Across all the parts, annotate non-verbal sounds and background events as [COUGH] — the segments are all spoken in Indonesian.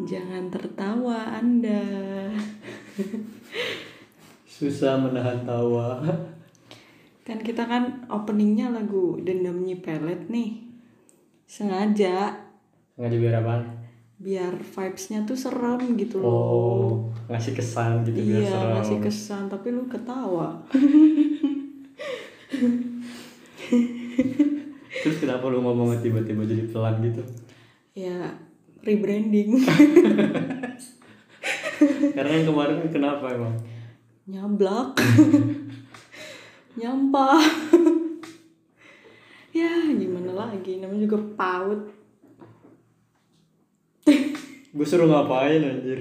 Jangan tertawa Anda. Susah menahan tawa. Kan kita kan openingnya lagu Dendam Nyi Pelet nih. Sengaja Sengaja biar apaan? biar vibes-nya tuh serem gitu loh. Oh, ngasih kesan gitu biar iya, serem. ngasih kesan tapi lu ketawa. Terus kenapa lu ngomongnya tiba-tiba jadi pelan gitu? ya rebranding. [LAUGHS] Karena yang kemarin kan kenapa emang? Nyablak. [LAUGHS] Nyampah. [LAUGHS] ya, gimana lagi namanya juga paut. Gue suruh ngapain anjir?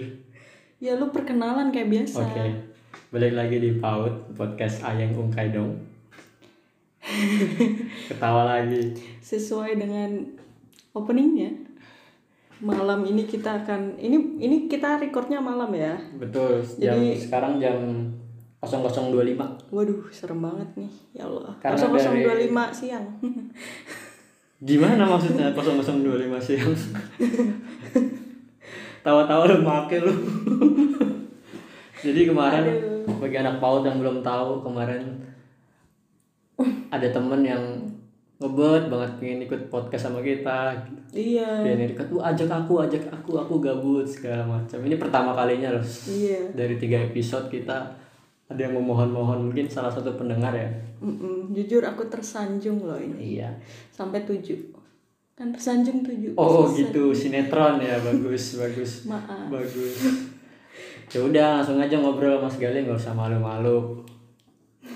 Ya lu perkenalan kayak biasa. Oke. Balik lagi di PAUD podcast Ayang Ungkai [LAUGHS] dong. Ketawa lagi. sesuai dengan openingnya malam ini kita akan ini ini kita recordnya malam ya Betul. Jam Jadi- sekarang jam 0025. waduh serem banget nih ya Allah Karena 0025 siang [LAUGHS] Gimana maksudnya 0025 siang? Tawa-tawa lu make lu. Jadi kemarin bagi anak PAUD yang belum tahu kemarin ada temen yang ngebet banget pengen ikut podcast sama kita iya dia yang dekat lu ajak aku ajak aku aku gabut segala macam ini pertama kalinya loh iya dari tiga episode kita ada yang memohon-mohon mungkin salah satu pendengar ya Mm-mm. jujur aku tersanjung loh ini iya sampai tujuh kan tersanjung tujuh oh Selesai. gitu sinetron ya bagus bagus maaf bagus ya udah langsung aja ngobrol mas Galih nggak usah malu-malu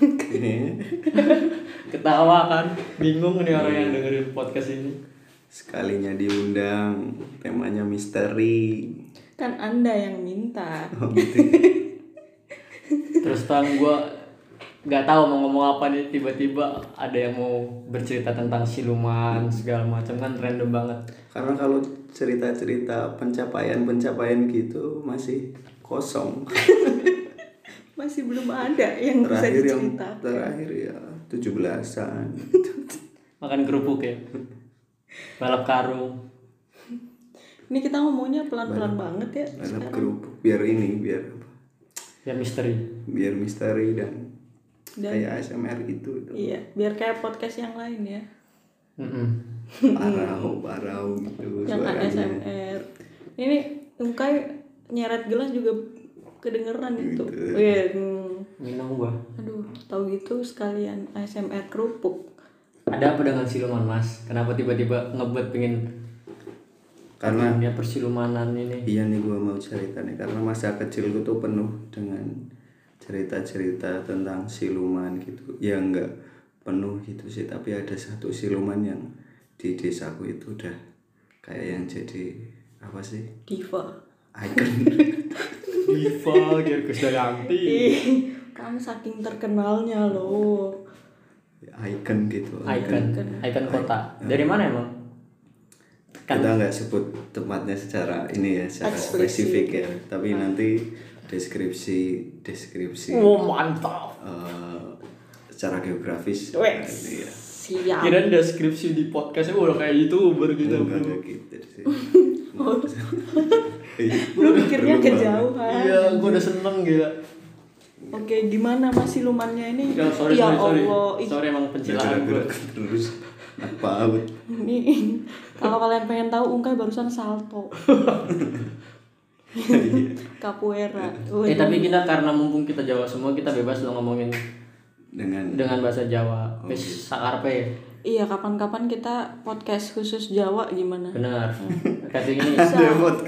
Ini ketawa kan bingung nih orang yang dengerin podcast ini [LAUGHS] sekalinya diundang temanya misteri. kan anda yang minta Oh gitu. terus tang gue nggak tahu mau ngomong apa nih tiba-tiba ada yang mau bercerita tentang siluman segala macam kan random banget Karena kalau cerita-cerita pencapaian-pencapaian gitu masih kosong. masih belum ada yang [LAUGHS] bisa Terakhir yang dicerita terakhir ya [LAUGHS] 17-an. makan kerupuk ya balap karung ini kita ngomongnya pelan-pelan banget ya Balap kerupuk biar ini biar apa? ya misteri biar misteri dan, Dan- kayak ASMR gitu. [LAUGHS] iya biar kayak podcast yang lain ya Mm-mm. Parau, parau gitu yang suaranya. ASMR ini Ungkai nyeret gelas juga kedengeran itu Gitu. Wih, hmm. minum gua aduh tahu gitu sekalian ASMR kerupuk ada apa dengan siluman mas kenapa tiba-tiba ngebet pengen Karena dunia persilumanan ini Iya nih gue mau cerita nih karena masa kecilku tuh penuh dengan cerita-cerita tentang siluman gitu. Ya enggak penuh gitu sih tapi ada satu siluman yang di desaku itu udah kayak yang jadi apa sih diva [LAUGHS] icon Diva Girkus Dayanti Ih, kamu Kan saking terkenalnya loh icon gitu icon icon kota dari mana emang kita nggak sebut tempatnya secara ini ya secara Eksplisit. spesifik ya tapi nanti deskripsi deskripsi wow mantap eh, secara geografis nanti ya. siap kirain deskripsi di podcastnya udah kayak youtuber gitu Enggak ada gitu sih. Iya. lu mikirnya kejauhan iya gua udah seneng gila oke gimana mas silumannya ini ya sorry ya sorry sorry Allah ih, sorry emang pencilaan gua Gerak-gerak terus apa abut? ini kalau kalian pengen tahu Ungkai barusan [LAUGHS] salto capoeira eh tapi kita karena mumpung kita Jawa semua kita bebas lo ngomongin dengan dengan bahasa Jawa wis sakarpe ya. Iya, kapan-kapan kita podcast khusus Jawa gimana? benar kasih ini ada pod-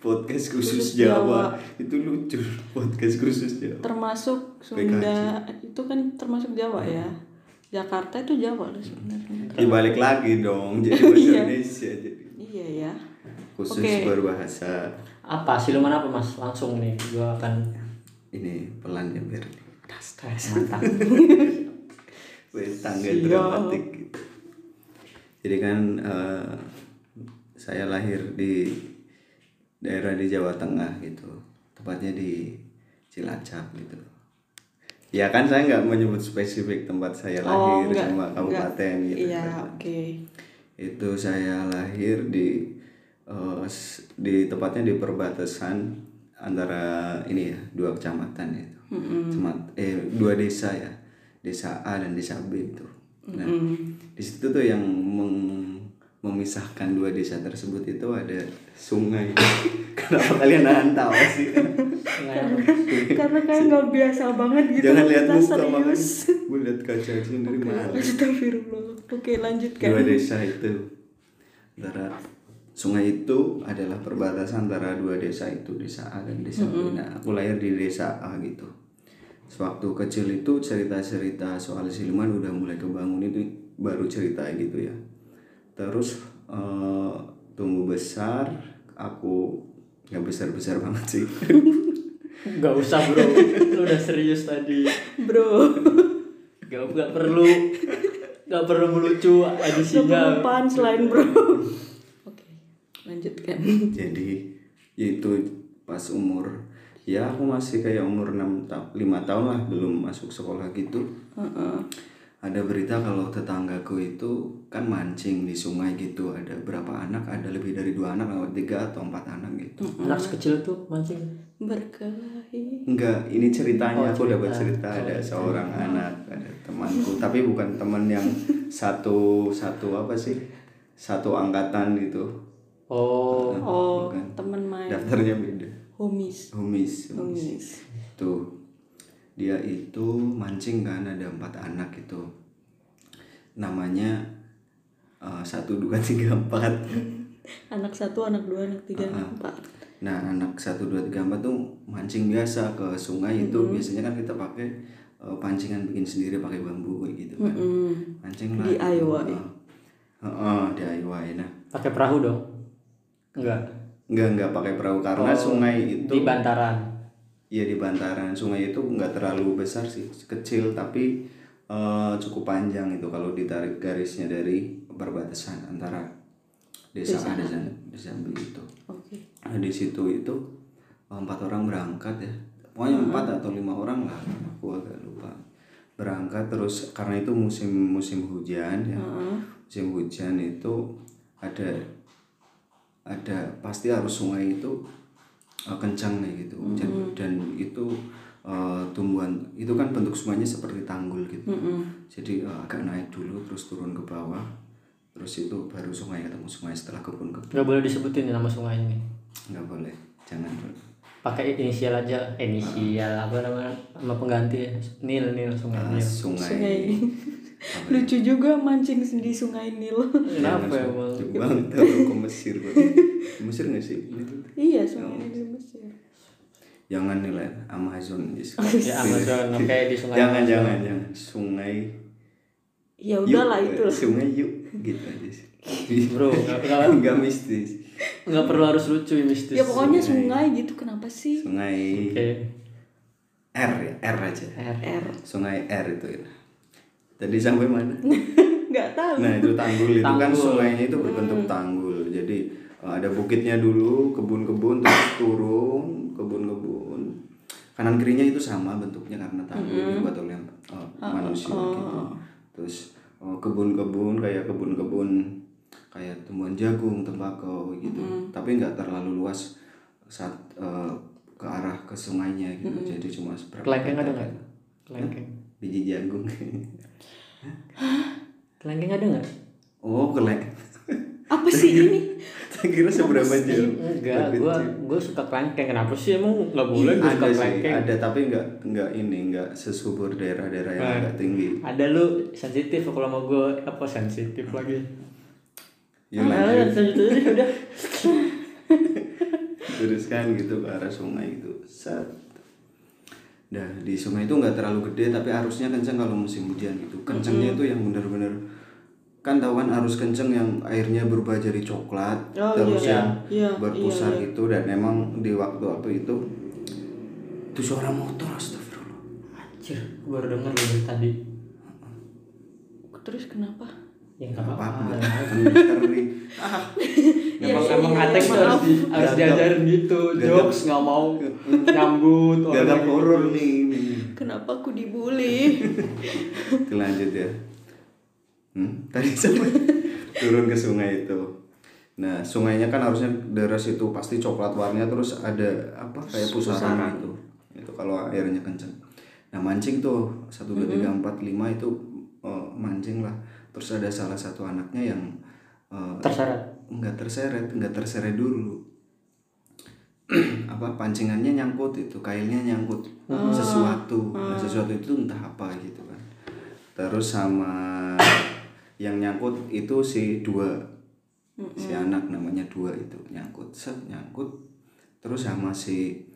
podcast khusus Jawa. itu lucu [LAUGHS] podcast khusus Jawa Termasuk Sunda, itu kan termasuk Jawa ya. Jakarta itu Jawa loh sebenarnya. dibalik Ya, lagi dong jadi bahasa Indonesia jadi Iya ya. khusus berbahasa apa siluman apa mas langsung nih gua akan ini pelan ya biar [LAUGHS] mantap Wes, tangga dramatik gitu. Jadi kan eh, saya lahir di daerah di Jawa Tengah gitu, tepatnya di Cilacap gitu. Ya kan saya nggak menyebut spesifik tempat saya lahir sama kabupaten gitu. Iya, oke. Itu saya lahir di eh, s- di tepatnya di perbatasan antara ini ya dua kecamatan itu Cemat- eh dua desa ya desa A dan desa B itu nah di situ tuh yang meng- memisahkan dua desa tersebut itu ada sungai [LAUGHS] kenapa kalian nahan tawa sih Gitu, karena kayak nggak biasa banget gitu jangan lihat kita muka makanya serius gue lihat kaca aja dari mana Astagfirullah oke lanjutkan dua desa itu antara sungai itu adalah perbatasan antara dua desa itu desa A dan desa B Nah, aku lahir di desa A gitu sewaktu kecil itu cerita-cerita soal siluman udah mulai kebangun itu baru cerita gitu ya terus eh, tumbuh besar aku nggak besar besar banget sih Gak usah bro, lu udah serius tadi. bro Gak, gak perlu, gak perlu melucu edisinya. apaan selain bro oke lanjutkan jadi itu pas umur ya aku masih kayak umur 6 ta- 5 tahun lah belum masuk sekolah gitu ada berita kalau tetanggaku itu kan mancing di sungai gitu ada berapa anak ada lebih dari dua anak atau tiga atau empat anak gitu Anak sekecil itu mancing. berkelahi Enggak, ini ceritanya aku dapat Oh, cerita ada seorang anak, ada temanku, tapi bukan teman yang satu satu apa sih? Satu angkatan gitu. Oh, oh Bukan. teman main Daftarnya beda. homies Humis, humis. homies tuh dia itu mancing kan ada empat anak itu namanya eh, satu dua tiga empat anak satu anak dua anak tiga anak empat nah anak satu dua tiga empat tuh mancing biasa ke sungai itu biasanya kan kita pakai eh, pancingan bikin sendiri pakai bambu kayak gitu kan Mm-mm. mancing lah DIY. Heeh. Heeh, DIY nah pakai perahu dong? Enggak. nggak nggak pakai perahu karena sungai itu Di bantaran. Iya di bantaran sungai itu nggak terlalu besar sih, kecil tapi eh, cukup panjang itu kalau ditarik garisnya dari perbatasan antara desa A dan desa B itu. oke Nah, di situ itu oh, empat orang berangkat ya, pokoknya empat atau lima orang lah, aku agak lupa berangkat terus karena itu musim musim hujan ya, musim hujan itu ada ada pasti arus sungai itu uh, kencang kayak gitu hujan dan itu uh, tumbuhan itu kan bentuk sungainya seperti tanggul gitu jadi uh, agak naik dulu terus turun ke bawah terus itu baru sungai ketemu sungai setelah kebun kebun Gak boleh disebutin ya nama sungai ini. nggak boleh jangan Pakai inisial aja, Eh, inisial apa namanya? Sama pengganti Nil, Nil Iya, sungai Uh, Nil. sungai, Sungai. lucu juga mancing di sungai Nil Kenapa emang? Jauh [LAUGHS] banget tahu ke Mesir gua. Ke Mesir nggak sih [LAUGHS] iya sungai Nil di Mesir jangan nilai Amazon yes. [LAUGHS] Ya Amazon, oke di sungai. jangan Amazon. jangan jangan sungai ya udahlah Yuk, itu lah sungai yuk gitu aja sih [LAUGHS] Bro, nggak- nggak- [LAUGHS] nggak mistis nggak perlu harus lucu mistis. ya pokoknya sungai gitu kenapa sih sungai Oke. R ya R aja R sungai R itu ya. tadi sampai mana [LAUGHS] nggak tahu nah itu tanggul itu kan Tanggul. sungainya itu berbentuk tanggul jadi eh, ada bukitnya dulu kebun-kebun terus turun kebun-kebun kanan kirinya itu sama bentuknya karena tanggul dibuat oleh eh, manusia gitu terus eh, kebun-kebun kayak kebun-kebun kayak tumbuhan jagung tembakau gitu tapi nggak terlalu luas saat eh, ke arah ke sungainya gitu jadi cuma seberapa Kelengkeng ada meter. nggak? Kelengkeng. biji jagung [LAUGHS] Kelengkeng ada nggak? oh [LAUGHS] keleng apa sih ini Tak kira seberapa jauh? Enggak, gua gua suka kelengkeng. Kenapa sih emang nggak boleh gua Ada suka sih, kelengkeng? ada tapi nggak nggak ini nggak sesubur daerah-daerah yang Nah. agak tinggi. Ada lu sensitif kalau mau gua apa sensitif lagi. Ya Nah. Ah, lanjut sensitif aja, udah. teruskan gitu ke arah sungai itu. Set. Nah di sungai itu nggak terlalu gede tapi arusnya kencang kalau musim hujan gitu. Kencangnya itu yang benar-benar kan tahu kan arus kencang yang airnya berubah jadi coklat Oh, terus iya. yang Iya, berpusar gitu dan emang di waktu waktu itu itu suara motor astagfirullah Anjir, gua baru denger lu dari tadi. terus kenapa Ya enggak apa-apa. Ah. apa enggak kan mister nih ah Emang Ya, emang iya, ateng tuh harus di, harus Gagap. diajarin gitu. Gagap. Jokes nggak [LAUGHS] mau nyambut gagap orang. horor nih kenapa aku dibully [LAUGHS] Kita [LAUGHS] lanjut ya hmm? tadi sampai turun ke sungai itu Nah, sungainya kan harusnya daerah situ pasti coklat warnanya terus ada apa kayak Pusaran. pusaran gitu. Itu kalau airnya kenceng. Nah, mancing tuh 1 2 3 4 5 itu eh, mancing lah. Terus ada salah satu anaknya yang eh, terseret nggak terseret nggak terseret dulu [CLEARS THROAT] apa pancingannya nyangkut itu kailnya nyangkut sesuatu Nah, sesuatu itu entah apa gitu kan terus sama yang nyangkut itu si dua si anak namanya dua itu nyangkut set nyangkut terus sama si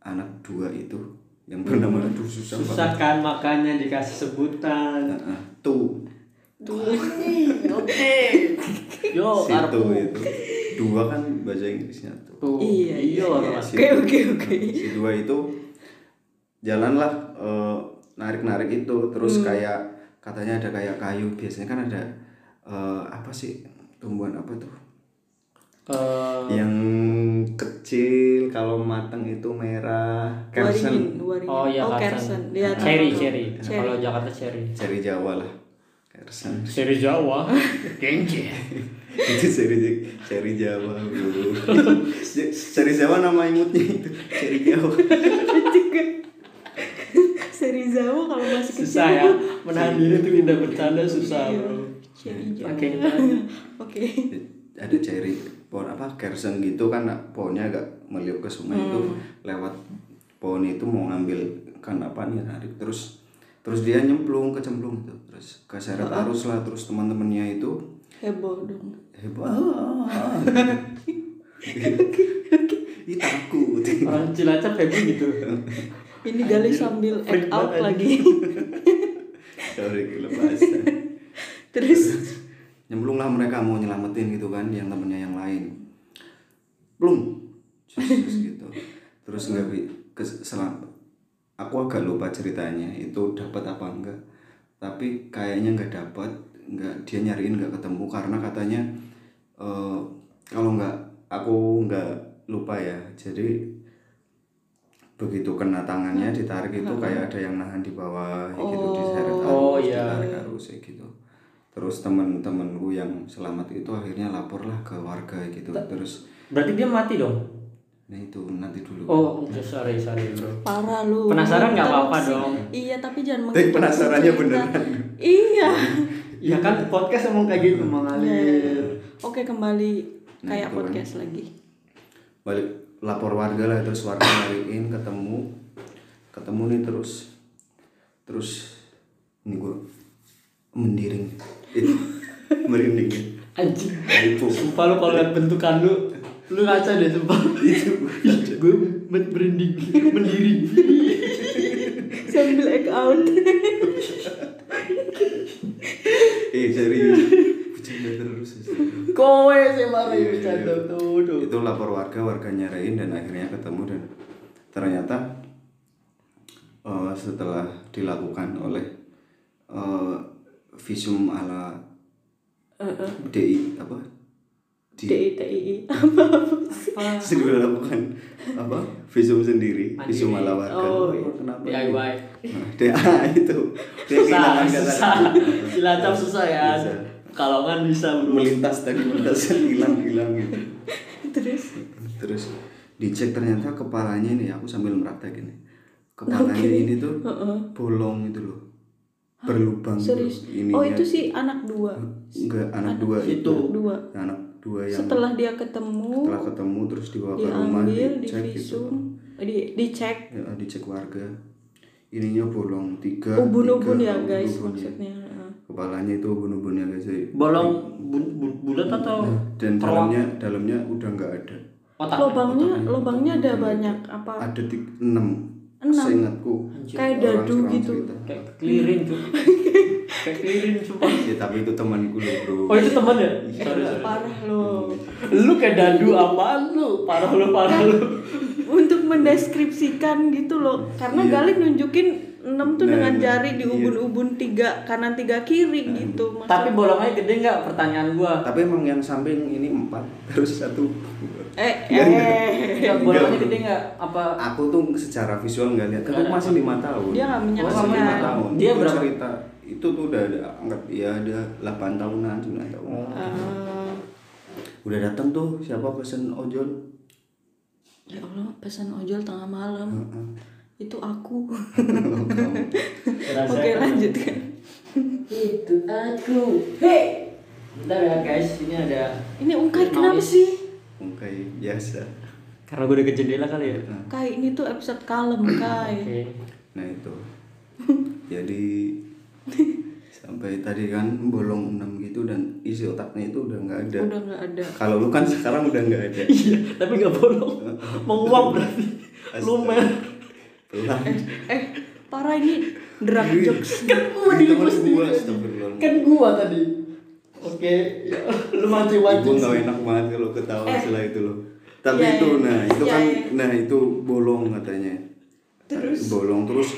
anak dua itu yang bernama aduh susah, susah kan makanya dikasih sebutan banget Nah, tuh Tuh. Oke. yo situ karpu itu dua kan bahasa Inggrisnya tuh tuh Iya, iya, iya. Mas. Oke, oke, oke. si dua itu jalanlah eh, narik-narik itu terus kayak katanya ada kayak kayu biasanya kan ada eh, apa sih tumbuhan apa tuh Eh, yang kecil kalau matang itu merah kersen Waringin, waringin. oh iya oh, Karsen. Kersen. Lihat apa cherry tuh? cherry Cherry. kalau Jakarta cherry ceri Jawa lah [LAUGHS] kersen cherry Jawa gengge itu ceri ceri Jawa bu ceri Jawa nama imutnya itu ceri Jawa Seri Jawa kalau masih kecil. susah ya menahan diri tuh tidak bercanda susah bro Cherry Jawa. Oke. Oke. ada ceri pohon apa kersen gitu kan pohonnya agak meliuk ke sungai itu lewat pohon itu mau ngambil kan apa nih narik terus terus dia nyemplung kecemplung gitu terus keseret arus lah terus teman-temannya itu Heboh dong. heboh [LAUGHS] "Ah." Ih, takut [LAUGHS] orang cilacap happy gitu Ini Gali sambil act freak out banget lagi. [LAUGHS] sorry kelepasan Terus nyemplung lah mereka mau nyelamatin gitu kan yang temennya yang lain belum Terus gitu terus nggak bi- kes- selam aku agak lupa ceritanya itu dapat apa enggak tapi kayaknya nggak dapat nggak dia nyariin nggak ketemu karena katanya eh, kalau nggak aku nggak lupa ya jadi begitu kena tangannya ditarik itu kayak ada yang nahan di bawah kayak gitu diseret arus Oh, iya. ditarik arus kayak gitu terus temen-temenku yang selamat itu akhirnya laporlah ke warga gitu terus berarti dia mati dong nah itu nanti dulu Oh, oke, sorry, sorry bro. parah lu. Penasaran nggak Kita apa-apa masih- dong? Iya, tapi jangan Tapi mengikuti penasarannya cerita. beneran. Iya. Ya kan podcast emang kayak gitu mengalir. Oke, kembali Nah, kayak itu kan. podcast lagi. [LAUGHS] balik lapor warga lah terus warga nyariin ketemu ketemu nih terus terus ini gue mendiring [LAUGHS] Ih, merinding ya. Anjing. Ibu. Sumpah lu kalau lihat bentukan lu, lu ngaca deh sumpah. Itu gue merinding, mendiri. Sambil act [LAUGHS] out. eh cari bercanda terus Kowe sih marah ya bercanda tuh. tuh. itu lapor warga warga nyariin dan akhirnya ketemu dan ternyata eh, setelah dilakukan oleh eh, visum ala DI apa D [LAUGHS] I T I I. segera lakukan apa visum sendiri visum ala warga Oh, iya. kenapa DIY. Nah, DA itu dia Susah, kehilangan kata. [LAUGHS] susah. Cilacap susah ya. Susah. Kalau kan bisa bro. melintas tadi melintas hilang hilang gitu Terus terus dicek ternyata kepalanya ini aku sambil meraktekin nih. kepalanya ini tuh bolong itu loh berlubang gitu serius. ini ya. Oh, itu sih anak dua. enggak anak dua itu Dua. Nah, anak dua yang Setelah dia ketemu, setelah ketemu terus dibawa ke rumah diambil, dicek gitu divisum, di dicek ya, dicek warga ininya bolong tiga ubun-ubun tiga ya guys ubun-ubun ya. maksudnya Heeh. kepalanya itu ubun-ubun ya guys jadi- Bolong bu- bu- bulat atau dan dalamnya dalamnya udah nggak ada otak? lobangnya lubangnya ada banyak apa ada di enam seingatku kayak orang dadu orang gitu cerita. Kayak [LAUGHS] kelirin tuh. Kayak kelirin sumpah. ya tapi itu temanku loh bro Oh itu temen ya? Eh, Sorry, sorry. parah loh Lu kayak dadu apaan lu? Parah lu, parah lu. untuk mendeskripsikan gitu loh Iya. karena Galih nunjukin 6 Nah, tuh dengan jari di ubun-ubun tiga kanan tiga kiri gitu Mas. Tapi bolongnya gede nggak pertanyaan gua? tapi emang yang samping ini empat [LAUGHS] terus satu eh Iya, eh Ya, bolongnya gede nggak? Apa? aku tuh secara visual nggak lihat kan aku masih lima tahun dia nggak masih menyaksikan lima tahun Dia Itu berapa? cerita Oh. itu tuh udah ada anggap ya ada delapan tahunan sembilan tahunan Eh, udah datang tuh siapa pesen ojol ya Allah pesan ojol tengah malam itu [LAUGHS] aku oke Rasanya- lanjutkan itu aku hei bentar ya guys ini ada ini ungkait Noise. kenapa sih mungkai biasa karena gue udah ke jendela kali ya Hmm. kai ini tuh episode kalem oke kai nah itu jadi sampai tadi kan bolong enam gitu dan isi otaknya itu udah nggak ada udah nggak ada kalau lu kan sekarang udah nggak ada iya tapi nggak [LAUGHS] bolong menguap berarti lumer pelan eh parah ini drag jokes kan gua Ini di temen pos gua, di- astagfirullah. kan gua tadi oke ya, lu mati gue wajib nggak enak banget kalau ketawa Eh. setelah itu loh tapi Iya, itu iya. nah itu Iya, kan iya. nah itu bolong katanya terus bolong terus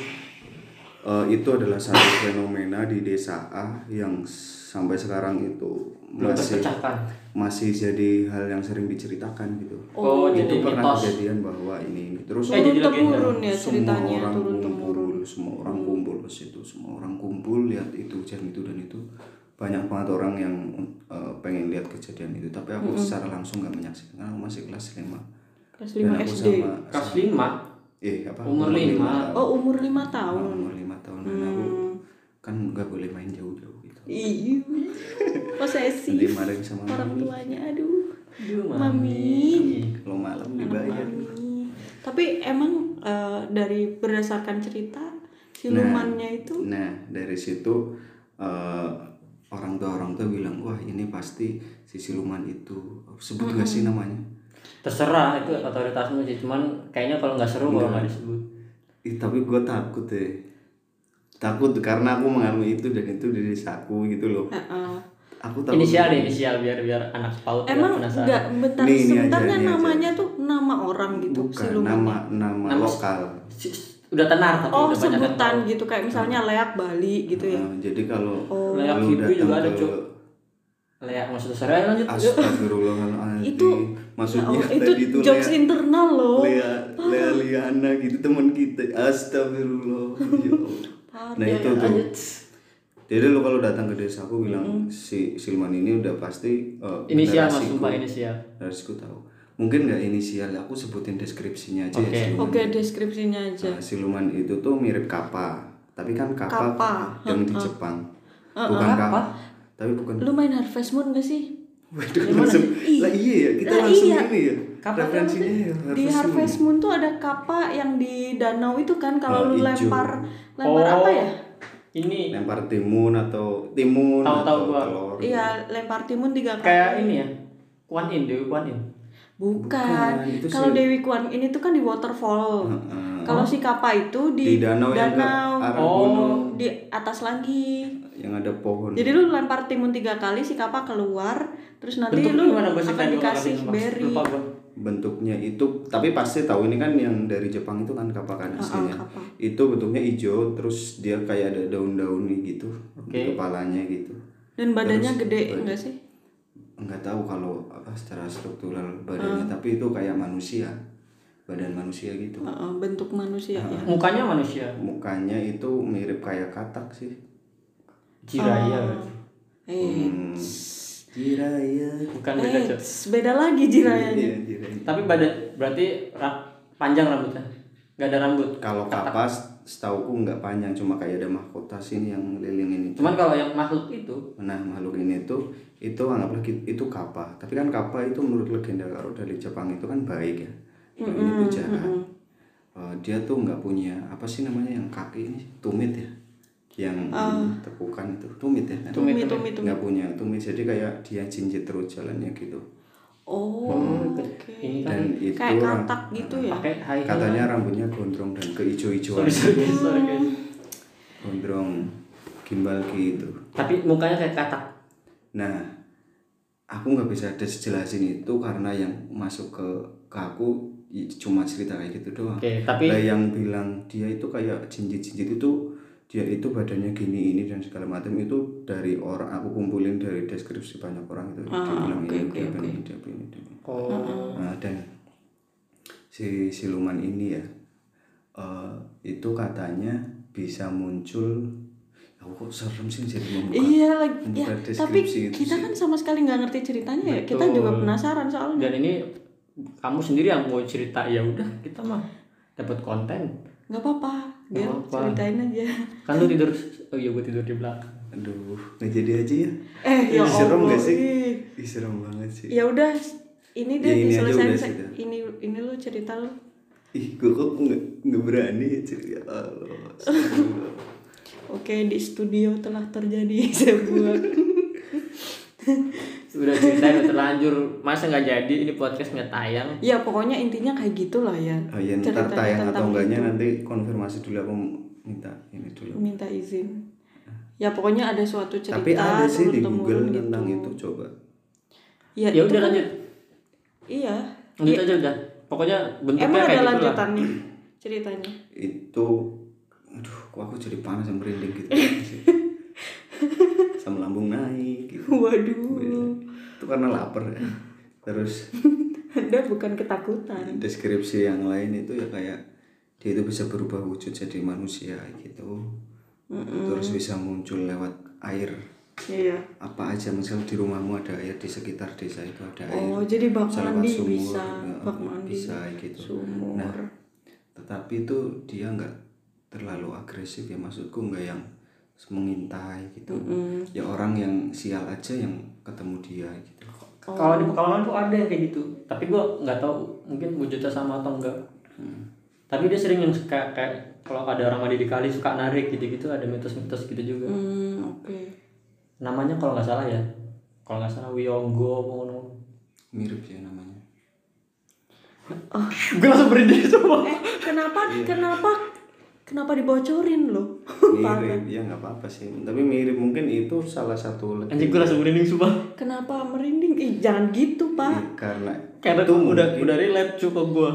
eh, itu adalah satu fenomena di desa A yang s- sampai sekarang itu Belum masih terpecahkan. masih jadi hal yang sering diceritakan gitu oh, jadi itu pernah mitos kejadian bahwa ini ini terus Eh, turun jadi legenda. temurun ya Iya, semua ceritanya orang turun temurun kumpul semua orang kumpul ke situ semua orang kumpul lihat itu hujan itu dan itu banyak banget orang yang eh, pengen lihat kejadian itu tapi aku secara langsung nggak menyaksikan karena aku masih kelas 5 kelas dan 5 aku SD sama kelas lima eh apa Umur lima. tahun. oh umur 5 tahun Hmm. umur lima tahun dan aku kan nggak boleh main jauh-jauh gitu Iya. [LAUGHS] Posesif. Nanti marah sama orang mami. tuanya aduh. Aduh, Mami. kalau malam dibayar Mami. Tapi emang eh, dari berdasarkan cerita silumannya itu Nah, dari situ eh, orang tua orang tua bilang, "Wah, ini pasti si siluman itu." Sebut gak sih namanya? terserah itu otoritasmu sih cuman kayaknya kalau nggak seru kalau nggak disebut Ih, tapi gue takut deh. Takut karena aku mengalami itu dan itu dari saku gitu loh. Heeh. Aku takut. inisial ya? deh inisial biar biar anak paut biar emang penasaran nggak bentar Nih, ini aja, sebenarnya ini aja. namanya tuh nama orang gitu Bukan siluman. nama nama Nama- lokal. Si- udah tenar tapi Oh udah banyak kan. yang tahu. sebutan gitu kayak misalnya leak Bali gitu ya. Oh. Nah, jadi kalau Layak lu hidup juga datang ada, ke- Cuk. Leak maksudnya serius lanjut yuk. Astagfirullahaladzim. Itu Nah, maksudnya Oh, itu [LAUGHS] tadi itu jokes Lea- internal loh. Lea, Lea Liana gitu teman kita. Astagfirullah. Ya Allah. nah ya, itu tuh. Jadi lo kalau datang ke desa aku bilang si Silman ini udah pasti eh, inisial mas generasiku- sumpah inisial generasiku tahu. Mungkin nggak inisial, aku sebutin deskripsinya aja Oke. ya Silman. Oke deskripsinya aja. Nah, siluman itu tuh mirip kapa, tapi kan kapa, Kapa, yang di Jepang. Bukan kapa, tapi bukan. Lu main Harvest Moon gak sih? [LAUGHS] Waduh, langsung. Lah iya ya, kita Lah, langsung iya. ini ya. Referensinya ya di Harvest Moon. Harvest Moon tuh ada kapa yang di danau itu kan Ah, kalau lu ijo. lempar lempar apa ya? Oh, ini lempar timun atau timun Tahu-tahu atau gua. telur. Iya, lempar timun tiga kali. kayak ini ya Kuan In Dewi Kuan In Bukan. itu Kalau Dewi Kwan ini tuh kan di waterfall. Heeh. Kalau si kapa itu di, di danau, yang ke danau. arah Oh. gunung di atas lagi. yang ada pohon. Jadi lu lempar timun tiga kali si kapa keluar, terus nanti lu bentuknya gimana bahasa akan Indo? dikasih Lupa- berry. lupa gua bentuknya itu tapi pasti tahu ini kan yang dari Jepang itu kan kapak kan aslinya kapak. itu bentuknya hijau terus dia kayak ada daun-daun nih gitu di kepalanya gitu Dan badannya gede enggak sih? nggak tahu kalau apa secara struktural badannya tapi itu kayak manusia badan manusia gitu Heeh, bentuk manusia ya. mukanya manusia mukanya itu mirip kayak katak sih Jiraya Oh. berarti. Eh, hmm. jiraya bukan beda eh, Cok. beda lagi jirayanya. Iya, jiraya. tapi badan berarti ra- panjang rambutnya nggak ada rambut kalau kapas setauku nggak panjang cuma kayak ada mahkota sini yang lilin ini cuman kalau yang makhluk itu Nah makhluk ini tuh itu anggaplah ki- itu kappa tapi kan kappa itu menurut legenda kalau dari Jepang itu kan baik ya Kalau ini tuh jahat Eh, dia tuh nggak punya apa sih namanya yang kaki ini tumit ya yang tekukan itu tumit ya Ah. kan? Tumit, tumit, tumit. nggak punya tumit jadi kayak dia jinjit terus jalannya gitu Oh, Hmm, oke. ini kan dan itu Iya. Kayak ra- katak gitu ya. pakai high heel. katanya rambutnya gondrong dan keijo-ijoan sorry sorry sorry, guys. gondrong gimbal gitu tapi mukanya kayak katak Nah, aku nggak bisa des- jelasin itu karena yang masuk ke, ke aku i- cuma cerita kayak gitu doang. oke tapi Lah yang bilang dia itu kayak jinjit-jinjit itu dia itu badannya gini ini dan segala macam itu dari orang aku kumpulin dari deskripsi banyak orang itu dia Ah, bilang ini dia bilang ini, dia bilang ini, dia bilang ini. oh Nah, dan si siluman ini ya eh, itu katanya bisa muncul aku aku kok serem sih jadi membuka Iya lagi. Ya, membuka tapi deskripsi gitu kita sih. kan sama sekali nggak ngerti ceritanya ya. Kita juga Betul. penasaran soalnya. dan ini kamu sendiri yang mau cerita ya udah kita mah dapat konten nggak apa-apa. Nggak Biar apa-apa. ceritain aja. [LAUGHS] kan lu tidur oh iya gue tidur di belakang aduh nggak jadi aja ya Eh ya Ih, serem Allah. nggak sih ih. Ih, serem banget sih Ya udah. Ini deh Ya, ini aja diselesain udah se- sudah. ini ini lu cerita lu. ih gue kok nggak nggak berani ya cerita Allah astagfirullah. Oke di studio telah terjadi [LAUGHS] sebuah udah ceritain udah terlanjur masa nggak jadi ini podcast nggak tayang Ya pokoknya intinya kayak gitulah ya. oh ya ntar Ceritanya tayang atau tentang enggaknya itu. nanti konfirmasi dulu aku minta ini dulu minta izin. Ya pokoknya ada suatu cerita tapi ada sih di turun-temurun Google gitu. tentang itu coba Ya, ya itu udah kan- lanjut Iya. lanjut aja udah pokoknya bentuknya Emang ada kayak gitu lah lanjutannya ceritanya. itu aduh kok aku jadi panas yang merinding [LAUGHS] gitu sama lambung naik gitu. [LAUGHS] Waduh. itu karena lapar ya terus Anda bukan ketakutan. deskripsi yang lain itu ya kayak dia itu bisa berubah wujud jadi manusia gitu terus bisa muncul lewat air Iya. apa aja misal di rumahmu ada air di sekitar desa itu ada air Oh, jadi bak Bisa lewat mandi sumur, bisa, ya, bak mandi bisa gitu sumur. nah tetapi itu dia nggak terlalu agresif ya maksudku nggak yang mengintai gitu ya orang yang sial aja yang ketemu dia gitu kalau di pekalongan tuh ada yang kayak gitu tapi gue nggak tahu mungkin wujudnya sama atau enggak Hmm. tapi dia sering yang suka kayak kalau ada orang mandi di kali suka narik gitu-gitu ada mitos-mitos gitu juga Hmm, oke. [LAUGHS] namanya kalau nggak salah ya kalau nggak salah Wiyonggo apa ngono. [LAUGHS] mirip ya namanya gue langsung berhenti semua Eh, kenapa Iya. kenapa kenapa dibocorin loh? Iya. [LAUGHS] mirip ya nggak apa-apa sih tapi mirip mungkin itu salah satu lebih anjing gue langsung berhenti semua kenapa merinding? Ih, jangan gitu, Pak. Iya, Iya. karena karena itu tuh udah mungkin- udah relate cukup gue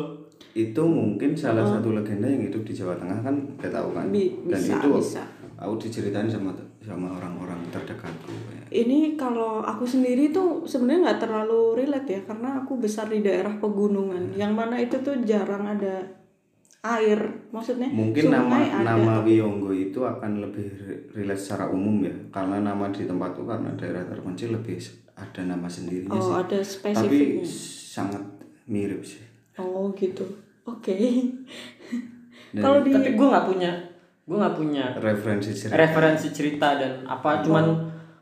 itu mungkin salah satu legenda yang hidup di Jawa Tengah kan udah tahu kan Oh. Bi- bisa, dan itu bisa. aku diceritain sama sama orang-orang terdekatku Eh, ya. Ini kalau aku sendiri tuh sebenarnya nggak terlalu relate ya karena aku besar di daerah Nah. pegunungan yang mana itu tuh jarang ada air maksudnya mungkin nama sungai ada. nama Wiyonggo itu akan lebih re- relate secara umum ya karena nama di tempatku karena daerah terpencil lebih s- ada nama sendirinya oh sih ada tapi spesifiknya sangat mirip sih oh gitu oke kalau di tapi gue nggak punya gue nggak punya referensi cerita referensi cerita dan apa cuman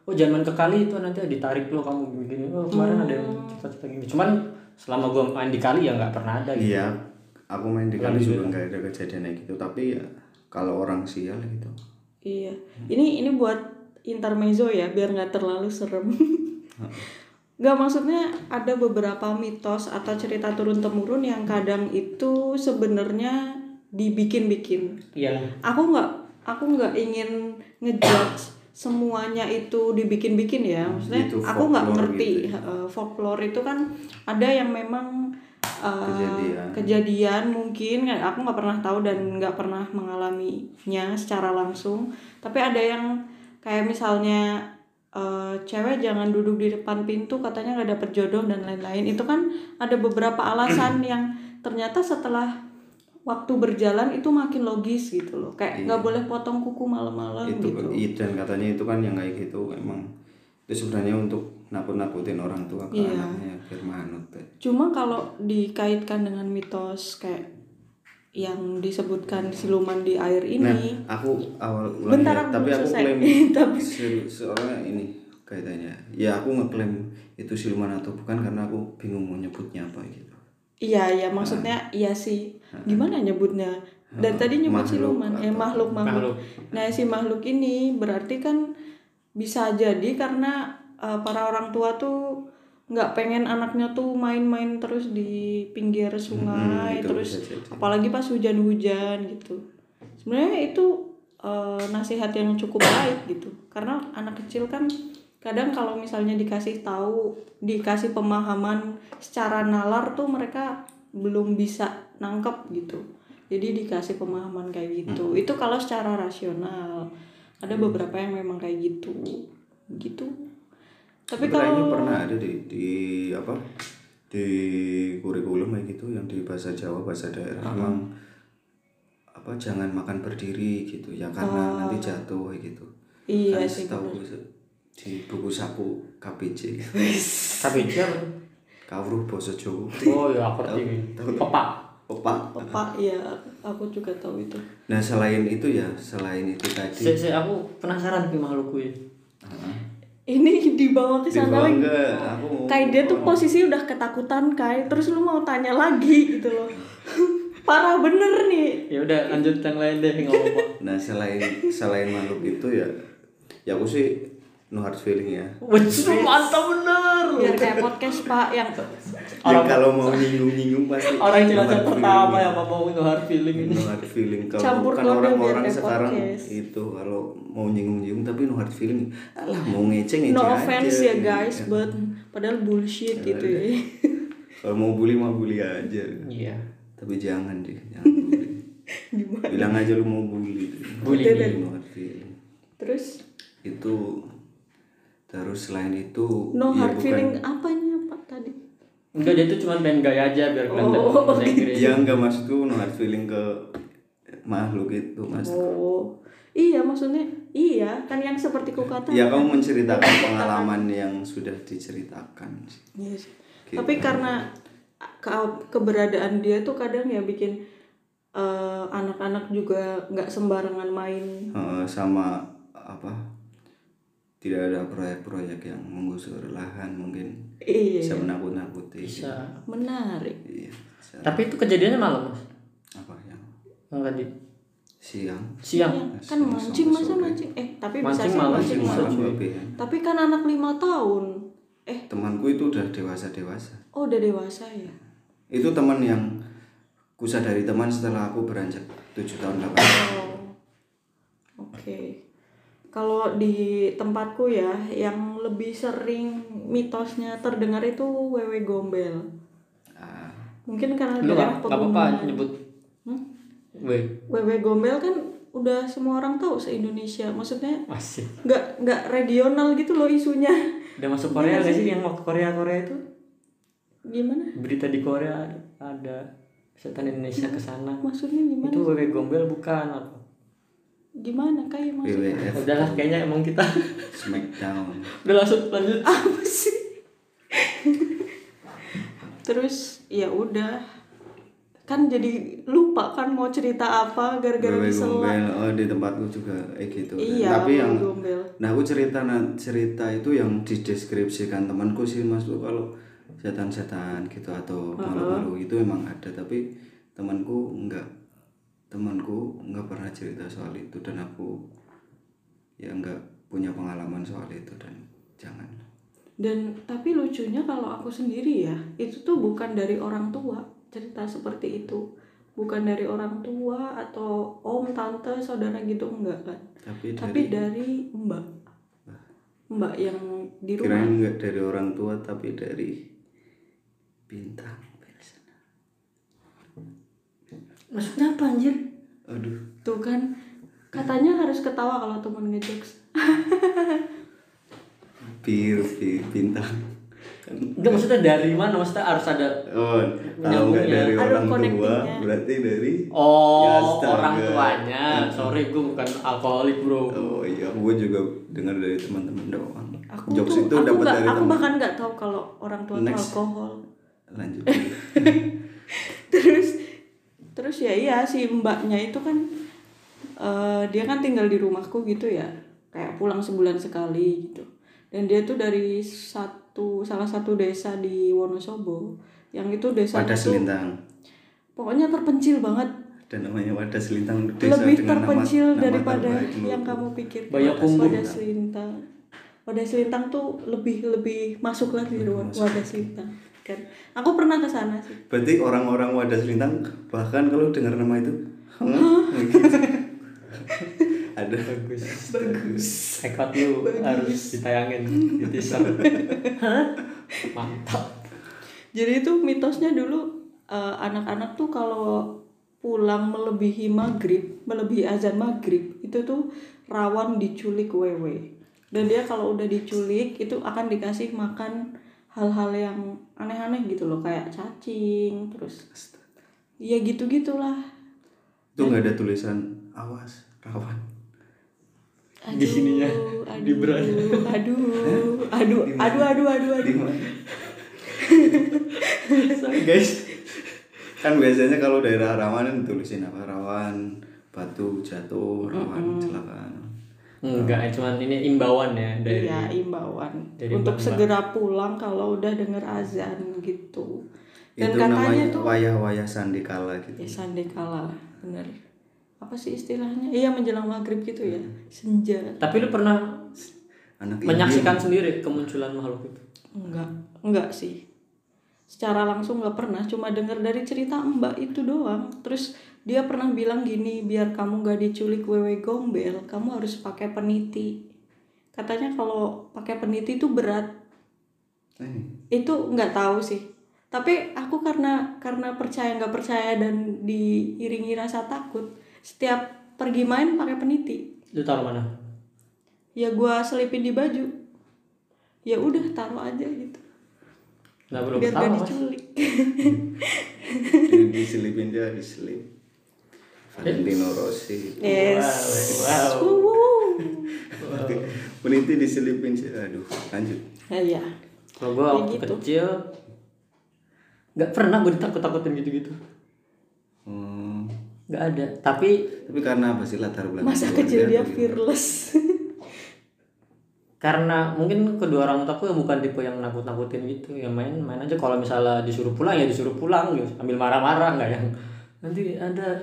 oh jangan main ke kali itu nanti ditarik lo kamu begini oh kemarin ada yang cerita-cerita gini cuman selama gue main di kali ya nggak pernah ada gitu iya aku main di Iya, kali juga nggak ada kejadian kayak gitu tapi ya kalau orang sial gitu iya ini ini buat intermezzo ya biar nggak terlalu serem nggak maksudnya ada beberapa mitos atau cerita turun temurun yang kadang itu sebenarnya dibikin-bikin iya aku nggak aku nggak ingin ngejudge semuanya itu dibikin-bikin ya maksudnya Itu aku nggak Hmm, gitu, folklore ngerti gitu Eh, folklore itu kan ada yang memang eh, Kejadian. kejadian mungkin kan aku nggak pernah tahu dan nggak pernah mengalaminya secara langsung tapi ada yang kayak misalnya eh, cewek jangan duduk di depan pintu katanya nggak dapet jodoh dan lain-lain itu kan ada beberapa [CLEARS THROAT] alasan yang ternyata setelah waktu berjalan itu makin logis gitu loh kayak nggak boleh potong kuku malam-malam Iya. itu gitu i- dan katanya itu kan yang kayak gitu emang itu sebenarnya untuk nakut-nakutin orang tua ke Iya. anaknya biar manut Cuma kalau dikaitkan dengan mitos kayak yang disebutkan siluman di air nah ini, aku awal ulang Bentar, ya, aku tapi belum aku selesai. klaim [LAUGHS] Tapi- se- soalnya ini kaitannya ya aku ngeklaim itu siluman atau bukan karena aku bingung mau nyebutnya apa gitu iya ya Hmm. maksudnya iya sih. Gimana nyebutnya? Dan tadi nyebut Makhluk siluman, eh makhluk makhluk. Nah si makhluk ini berarti kan bisa jadi karena eh, para orang tua tuh nggak pengen anaknya tuh main-main terus di pinggir sungai Hmm, itu Nah, terus bisa jadi. apalagi pas hujan-hujan gitu sebenarnya itu eh, nasihat yang cukup baik gitu karena anak kecil kan kadang kalau misalnya dikasih tahu dikasih pemahaman secara nalar tuh mereka belum bisa nangkep gitu jadi dikasih pemahaman kayak gitu Hmm. itu kalau secara rasional ada beberapa yang memang kayak gitu gitu tapi kayaknya kalau pernah ada di, di apa di kurikulum kayak gitu yang di bahasa Jawa bahasa daerah Hmm. emang apa jangan makan berdiri gitu ya karena nanti jatuh kayak gitu Oh. Iya Kan sih. setahu gue se- di buku sapu [LAUGHS] KPJ Tapi itu apa? kawruh basa Jawa Oh ya aku ngerti. Tahu. Pepak. opak Pak ya, aku juga tahu itu. nah selain itu ya selain itu tadi Si, si, aku penasaran ya. ke makhluk kuwi. Ini dibawa ke sana dibawa lagi. ke aku mau- Kai dia Oh. tuh posisi udah ketakutan Kai, terus lu mau tanya lagi gitu loh. [LAUGHS] Parah bener nih. Ya udah lanjut yang lain deh nggak [LAUGHS] apa-apa. nah selain selain makhluk itu ya ya aku sih no hard feeling ya Waduh mantap bener. Biar kayak podcast Pak yang ya kalau mau nyinggung nyinggung [LAUGHS] pasti Orang no jelasnya hard pertama feeling. ya apa mau no hard feeling ini. no hard feeling kalau Campur bukan kode orang-orang biar kayak sekarang podcast. itu kalau mau nyinggung-nyinggung tapi no hard feeling alah mau ngeceng ngeceng no aja. offense ya guys, Iya. but padahal bullshit gitu ya. [LAUGHS] kalau mau bully mah bully aja Iya. tapi jangan deh jangan [LAUGHS] bully bilang aja lu mau bully Bully Itu me. no hard feeling Terus Iya, itu terus selain itu no ya hard bukan- feeling apanya Pak tadi? Enggak dia tuh cuma pengen gaya aja biar kelihatan Oh, bahasa gitu. Inggris. ya enggak maksudku no hard feeling ke makhluk itu mas Oh. Iya maksudnya iya kan yang seperti ku kata. ya kamu menceritakan pengalaman yang sudah diceritakan sih. Yes. Gitu. Iya Tapi karena ke- keberadaan dia tuh kadang ya bikin eh, anak-anak juga nggak sembarangan main. Eh, sama apa tidak ada proyek-proyek yang menggusur lahan mungkin Iya. bisa menakut-nakuti Bisa. Menarik. iya bisa. Tapi itu kejadiannya malam mas. apa yang Yang tadi siang siang. Iya, kan mancing masa mancing eh tapi Mancing bisa sih malam, mancing Mancing malam. malam. malam babe. Tapi kan anak lima tahun. Eh, temanku itu udah dewasa dewasa oh udah dewasa ya. itu teman yang kusadari teman setelah aku beranjak tujuh tahun delapan Oh. Oke. Kalau di tempatku ya, yang lebih sering mitosnya terdengar itu wewe gombel. Ah, Mungkin karena Lu daerah nggak nggak apa-apa pegunungan. nyebut. Hmm? Weh, Wewe gombel kan udah semua orang tahu se Indonesia. Maksudnya masih. nggak nggak regional gitu loh isunya. Udah masuk Korea gak sih yang waktu Korea Korea itu? Gimana? Berita di Korea ada setan Indonesia ke sana. Maksudnya gimana? Itu wewe gombel bukan apa? Gimana Iya, kayak maksudnya? WWF Udahlah kayaknya emang kita [LAUGHS] Smackdown udah langsung lanjut. Apa sih? Terus ya udah kan jadi lupa kan mau cerita apa gara-gara Wewe disela. Gombel oh di tempatku juga eh gitu Iya, tapi Wewe yang Gombel. nah aku cerita nah, cerita itu yang dideskripsikan temanku sih mas Lu kalau setan-setan gitu atau malu-malu itu emang ada tapi temanku enggak temanku enggak pernah cerita soal itu dan aku ya enggak punya pengalaman soal itu dan jangan Dan tapi lucunya kalau aku sendiri ya, itu tuh bukan dari orang tua cerita seperti itu. Bukan dari orang tua atau om, tante, saudara gitu enggak kan. tapi Tapi dari dari Mbak. Mbak yang di rumah. kirain enggak dari orang tua tapi dari bintang Maksudnya apa anjir? aduh Tuh kan katanya harus ketawa kalau temen ngejokes. bir bir bintang Enggak maksudnya dari mana? Maksudnya harus ada oh kalau nggak Nyambungnya. dari Ada orang tua connectingnya. berarti dari Ya, Oh, astaga. orang tuanya. Sorry, gue bukan alkoholik, Bro. oh iya gue juga dengar dari teman-teman doang Aku jokes tuh itu aku dapat nggak- dari aku teman bahkan nggak tahu kalau orang tua tuh Next. alkohol. [LAUGHS] lanjut terus terus ya iya si mbaknya itu kan eh, dia kan tinggal di rumahku gitu ya kayak pulang sebulan sekali gitu dan dia tuh dari satu salah satu desa di Wonosobo yang itu desa wadah selintang pokoknya terpencil banget dan namanya wadah selintang desa lebih dengan nama- terpencil nama daripada terbaik menurutku. yang kamu pikirkan Bayakumbu. wadah selintang wadah selintang tuh lebih lebih masuk lagi di luar wadah selintang kan aku pernah ke sana sih berarti orang-orang wadah selintang bahkan kalau dengar nama itu "Hah?" gitu. [LAUGHS] ada bagus bagus Rekod [LAUGHS] lu harus ditayangin di teaser. Hah? Mantap. Jadi itu mitosnya dulu eh, anak-anak tuh kalau pulang melebihi maghrib, melebihi azan maghrib itu tuh rawan diculik wewe. Dan dia kalau udah diculik itu akan dikasih makan hal-hal yang aneh-aneh gitu loh kayak cacing terus ya gitu gitulah itu nggak ada tulisan awas rawan Di sininya, aduh, di beranya. aduh, aduh, ya, Di mana? aduh, aduh, aduh, aduh. Di mana? Sorry guys. Kan biasanya kalau daerah rawan kan tulisin apa rawan, batu jatuh, rawan kecelakaan. Enggak, eh, cuman ini imbauan ya dari Iya, imbauan dari untuk Bang Bang. segera pulang kalau udah denger azan gitu. Dan itu katanya namanya tuh wayah-wayah sandikala gitu. ya sandekala, bener. Apa sih istilahnya? Iya, menjelang maghrib gitu ya, Hmm. senja. Tapi lu pernah Iya. Anak menyaksikan sendiri kemunculan makhluk itu? Enggak, enggak sih. Secara langsung nggak pernah, cuma dengar dari cerita Mbak itu doang. Terus dia pernah bilang gini, biar kamu gak diculik wewe gombel, kamu harus pakai peniti. Katanya kalau pakai peniti itu berat. [LAUGHS] Eh, Itu nggak tahu sih. Tapi aku karena karena percaya nggak percaya dan diiringi rasa takut, setiap pergi main pakai peniti. Lu taruh mana? Ya gua selipin di baju. Ya udah taruh aja gitu. Enggak perlu Biar tahu. gak Mas. diculik. di- diselipin dia diselip. Valentino [LAUGHS] Rossi. Yes. Wow, wow. Wuh. Peniti diselipin sih. Aduh, lanjut. Nah, iya. Kalau gua waktu kecil nggak pernah gua ditakut-takutin gitu-gitu. Hmm, Nggak ada. Tapi tapi karena apa sih latar belakang? Masa keluarga kecil dia atau gimana? fearless. karena mungkin kedua orang tua aku ya bukan tipe yang nakut-nakutin gitu ya main main aja kalau misalnya disuruh pulang ya disuruh pulang gitu ambil marah-marah nggak yang nanti ada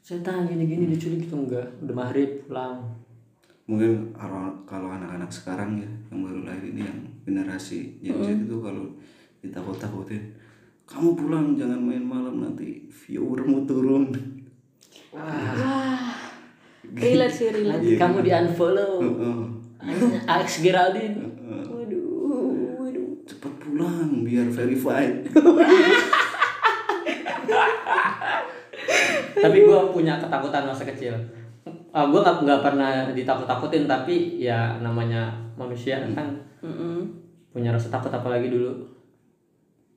setan gini-gini diculik gitu enggak udah maghrib pulang mungkin kalau- kalau anak-anak sekarang ya yang baru lahir ini yang generasi Gen Z itu kalau ditakut-takutin kamu pulang jangan main malam nanti viewermu turun Ah. Wah. Relate sih, relate. nanti kamu di unfollow Heeh. Alex Geraldine Waduh, waduh. cepat pulang biar verified tapi gue punya ketakutan masa kecil Ah, gue nggak nggak pernah ditakut-takutin tapi ya namanya manusia kan Mm-mm. punya rasa takut apalagi dulu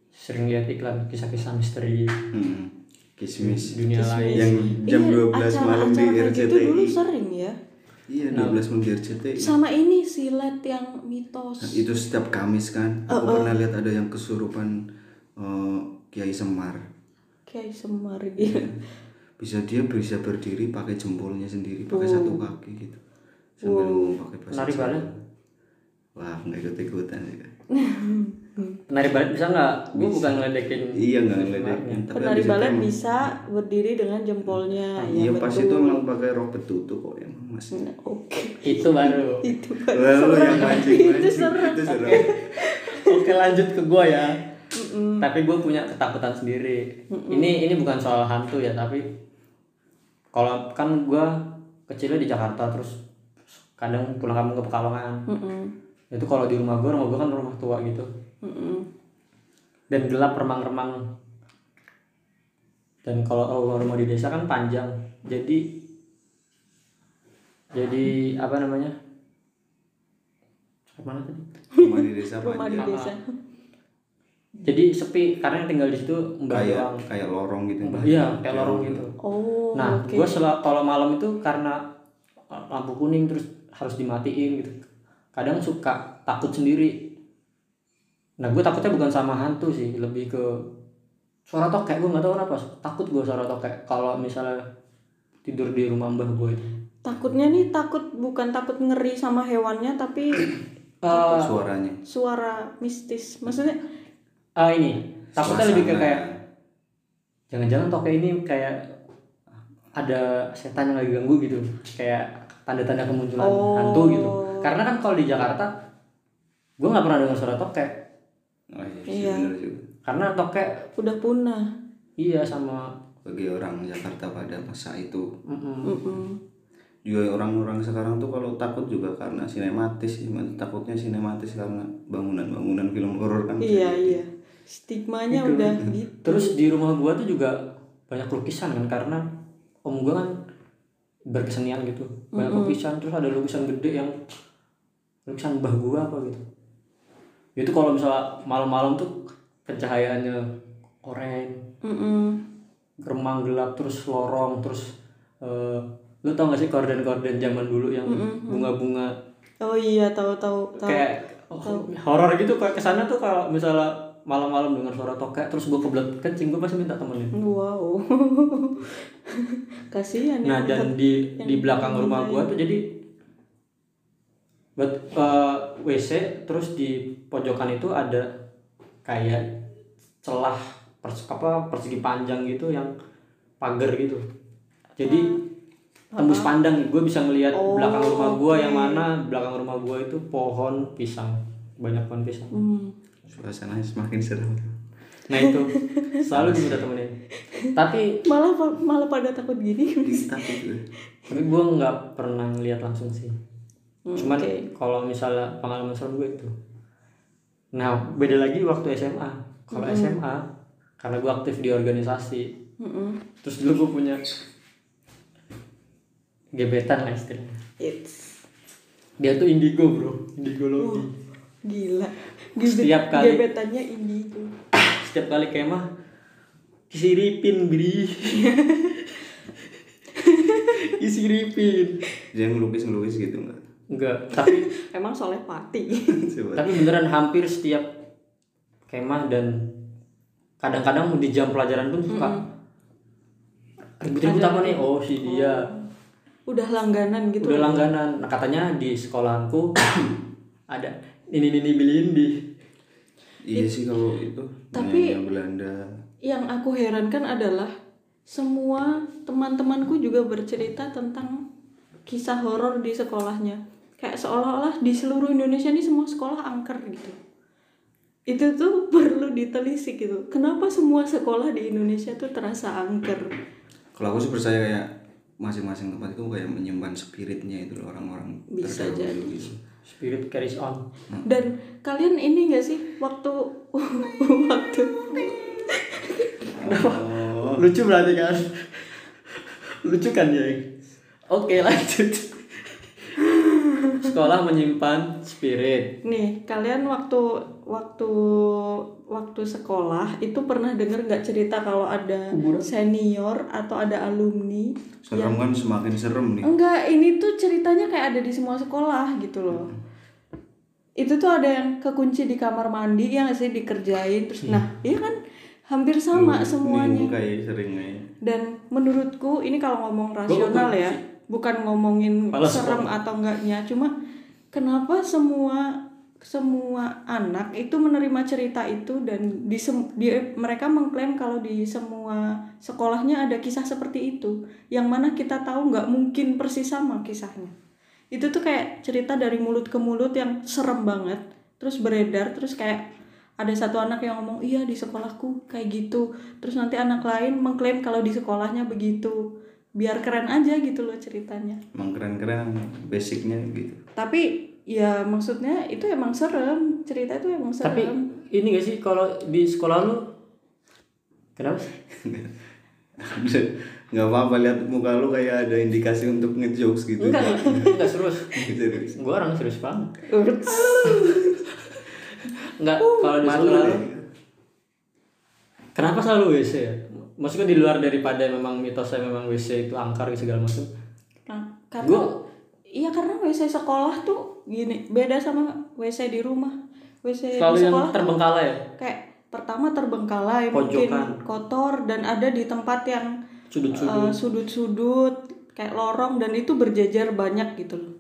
sering lihat iklan kisah-kisah misteri Hmm. kismis dunia lain yang jam Iya, 12 malam di acara-acara kayak gitu dulu RCTI sering ya. iya 12 malam di RCTI Sama ini silet yang mitos. Nah, itu setiap Kamis kan aku Uh-uh. pernah lihat ada yang kesurupan eh, Kiai Semar Kayak semar gitu. Iya. [LAUGHS] bisa dia bisa berdiri pakai jempolnya sendiri pakai Oh. satu kaki gitu sambil ngomong pakai bahasa Menarik Jawa. banget. wah nggak ikut ikutan ya Kak. Menarik banget bisa nggak? Gue bukan ngeledekin. iya nggak ngeledekin tapi Penari abis itu balet emang- bisa berdiri dengan jempolnya. iya Ya, pas itu emang pakai rok betutu kok emang mas betul. Oke. [LAUGHS] Itu baru. Itu kan lalu yang mancing [LAUGHS] Itu mancing serem. itu serem Oke lanjut ke gue ya. Tapi gue punya ketakutan sendiri. Ini ini bukan soal hantu ya tapi kalau kan gue kecilnya di Jakarta terus kadang pulang kampung ke Pekalongan. Mm-mm. Itu kalau di rumah gue, rumah gue kan rumah tua gitu Mm-mm. dan gelap remang-remang. Dan kalau rumah-rumah di desa kan panjang, jadi jadi apa namanya? Mana tadi? rumah di desa Rumah di panjang desa. jadi sepi karena yang tinggal di situ mbak kayak doang kayak lorong gitu Mbak. iya kayak lorong gitu Oh, nah oke. gue kalau malam itu karena eh, lampu kuning terus harus dimatiin gitu kadang suka takut sendiri nah gue takutnya bukan sama hantu sih lebih ke suara tokek gue nggak tahu kenapa takut gue suara tokek kalau misalnya tidur di rumah mbah gue itu Takutnya nih takut bukan takut ngeri sama hewannya [COUGHS] tapi Eh, gitu. suaranya suara mistis. Maksudnya ah, ini takutnya lebih ke Suasana. kayak jangan-jangan tokek ini kayak ada setan yang lagi ganggu gitu kayak tanda-tanda kemunculan Oh. hantu gitu karena kan kalau di Jakarta gue nggak pernah dengar suara tokek oh, iya, sih, Iya. bener juga. karena tokek udah punah. iya sama bagi orang Jakarta pada masa itu mm-mm. Mm-mm. juga orang-orang sekarang tuh kalau takut juga karena sinematis sih, Mas. takutnya sinematis karena bangunan-bangunan film horor kan Iya, iya. Stigmanya udah gitu. terus di rumah gue tuh juga banyak lukisan kan karena om gue kan berkesenian gitu banyak lukisan terus ada lukisan gede yang lukisan bah gue apa gitu itu kalau misalnya malam-malam tuh pencahayaannya oranye Mm-mm. remang gelap terus lorong terus eh, lu tau gak sih korden-korden zaman dulu yang bunga-bunga oh iya tahu tahu tahu kayak oh, horor gitu kayak kesana tuh kalau misalnya malam-malam dengar suara tokek terus gue kebelet kencing gue pasti minta temenin wow [LAUGHS] kasihan ya Nah dan di di belakang rumah gua tuh jadi buat eh, WC terus di pojokan itu ada kayak celah pers, apa persegi panjang gitu yang pagar gitu. Jadi tembus pandang gue bisa ngelihat belakang rumah gua yang mana belakang rumah gua itu pohon pisang banyak pohon pisang. Hmm. suasananya semakin seram Nah itu selalu minta temenin. Tapi malah pa- malah pada takut gini takut gue tapi gue nggak pernah ngeliat langsung sih Hmm, cuman oke. kalau misalnya pengalaman serem gue itu nah beda lagi waktu SMA kalau SMA karena gue aktif di organisasi Mm-mm. terus dulu gue punya gebetan lah istilahnya it's uh, dia tuh indigo bro indigo lobby gila Gebet, Iya. Setiap kali- gebetannya indigo setiap kali kemah disiripin bri disiripin dia ngelukis ngelukis gitu nggak enggak tapi emang soleh pati coba tapi beneran hampir setiap kemah dan kadang-kadang di jam pelajaran pun suka ribut-ribut apa nih oh si dia Oh. udah langganan gitu udah langganan nah katanya di sekolahanku [COUGHS] ada ini ini beliin di iya sih kalau itu Tapi- nanya Belanda yang aku herankan adalah semua teman-temanku juga bercerita tentang kisah horor di sekolahnya kayak seolah-olah di seluruh Indonesia ini semua sekolah angker gitu itu tuh [LAUGHS] perlu ditelisik gitu kenapa semua sekolah di Indonesia tuh terasa angker kalau aku sih percaya kayak masing-masing tempat itu kayak menyimpan spiritnya itu loh orang-orang Bisa terdahulu jadi. Iya. gitu. spirit carries on dan kalian ini gak sih waktu [LAUGHS] waktu lucu berarti kan [LAUGHS] lucu kan ya oke lanjut sekolah menyimpan spirit nih kalian waktu waktu waktu sekolah itu pernah denger nggak cerita kalau ada senior atau ada alumni serem kan semakin serem nih Enggak, ini tuh ceritanya kayak ada di semua sekolah gitu loh. Itu tuh ada yang kekunci di kamar mandi yang sih dikerjain terus nah, iya kan hampir sama semuanya. Bingung kayak sering kayak Dan menurutku ini kalau ngomong rasional ya, bukan ngomongin serem atau enggaknya, cuma kenapa semua semua anak itu menerima cerita itu dan di, sem- di mereka mengklaim kalau di semua sekolahnya ada kisah seperti itu yang mana kita tahu nggak mungkin persis sama kisahnya itu tuh kayak cerita dari mulut ke mulut yang serem banget terus beredar terus kayak ada satu anak yang ngomong iya di sekolahku kayak gitu terus nanti anak lain mengklaim kalau di sekolahnya begitu biar keren aja gitu loh ceritanya emang keren-keren basicnya gitu tapi ya maksudnya itu emang serem cerita itu emang serem tapi ini gak sih kalau di sekolah lu kenapa sih? [LAUGHS] nggak apa-apa lihat muka lu kayak ada indikasi untuk ngejokes gitu Enggak, enggak, enggak serius. gitu serius. Gue orang serius banget. Ups. Enggak, Uh, kalau di sekolah lu. Kenapa selalu WC ya? Maksudnya di luar daripada memang mitosnya memang WC itu angker gitu segala macam. nah, karena iya karena wc sekolah tuh gini beda sama wc di rumah wc Selalu di yang sekolah terbengkalai ya? kayak pertama terbengkalai Pojokan. mungkin kotor dan ada di tempat yang Sudut-sudut. eh, sudut-sudut kayak lorong dan itu berjejer banyak gitu loh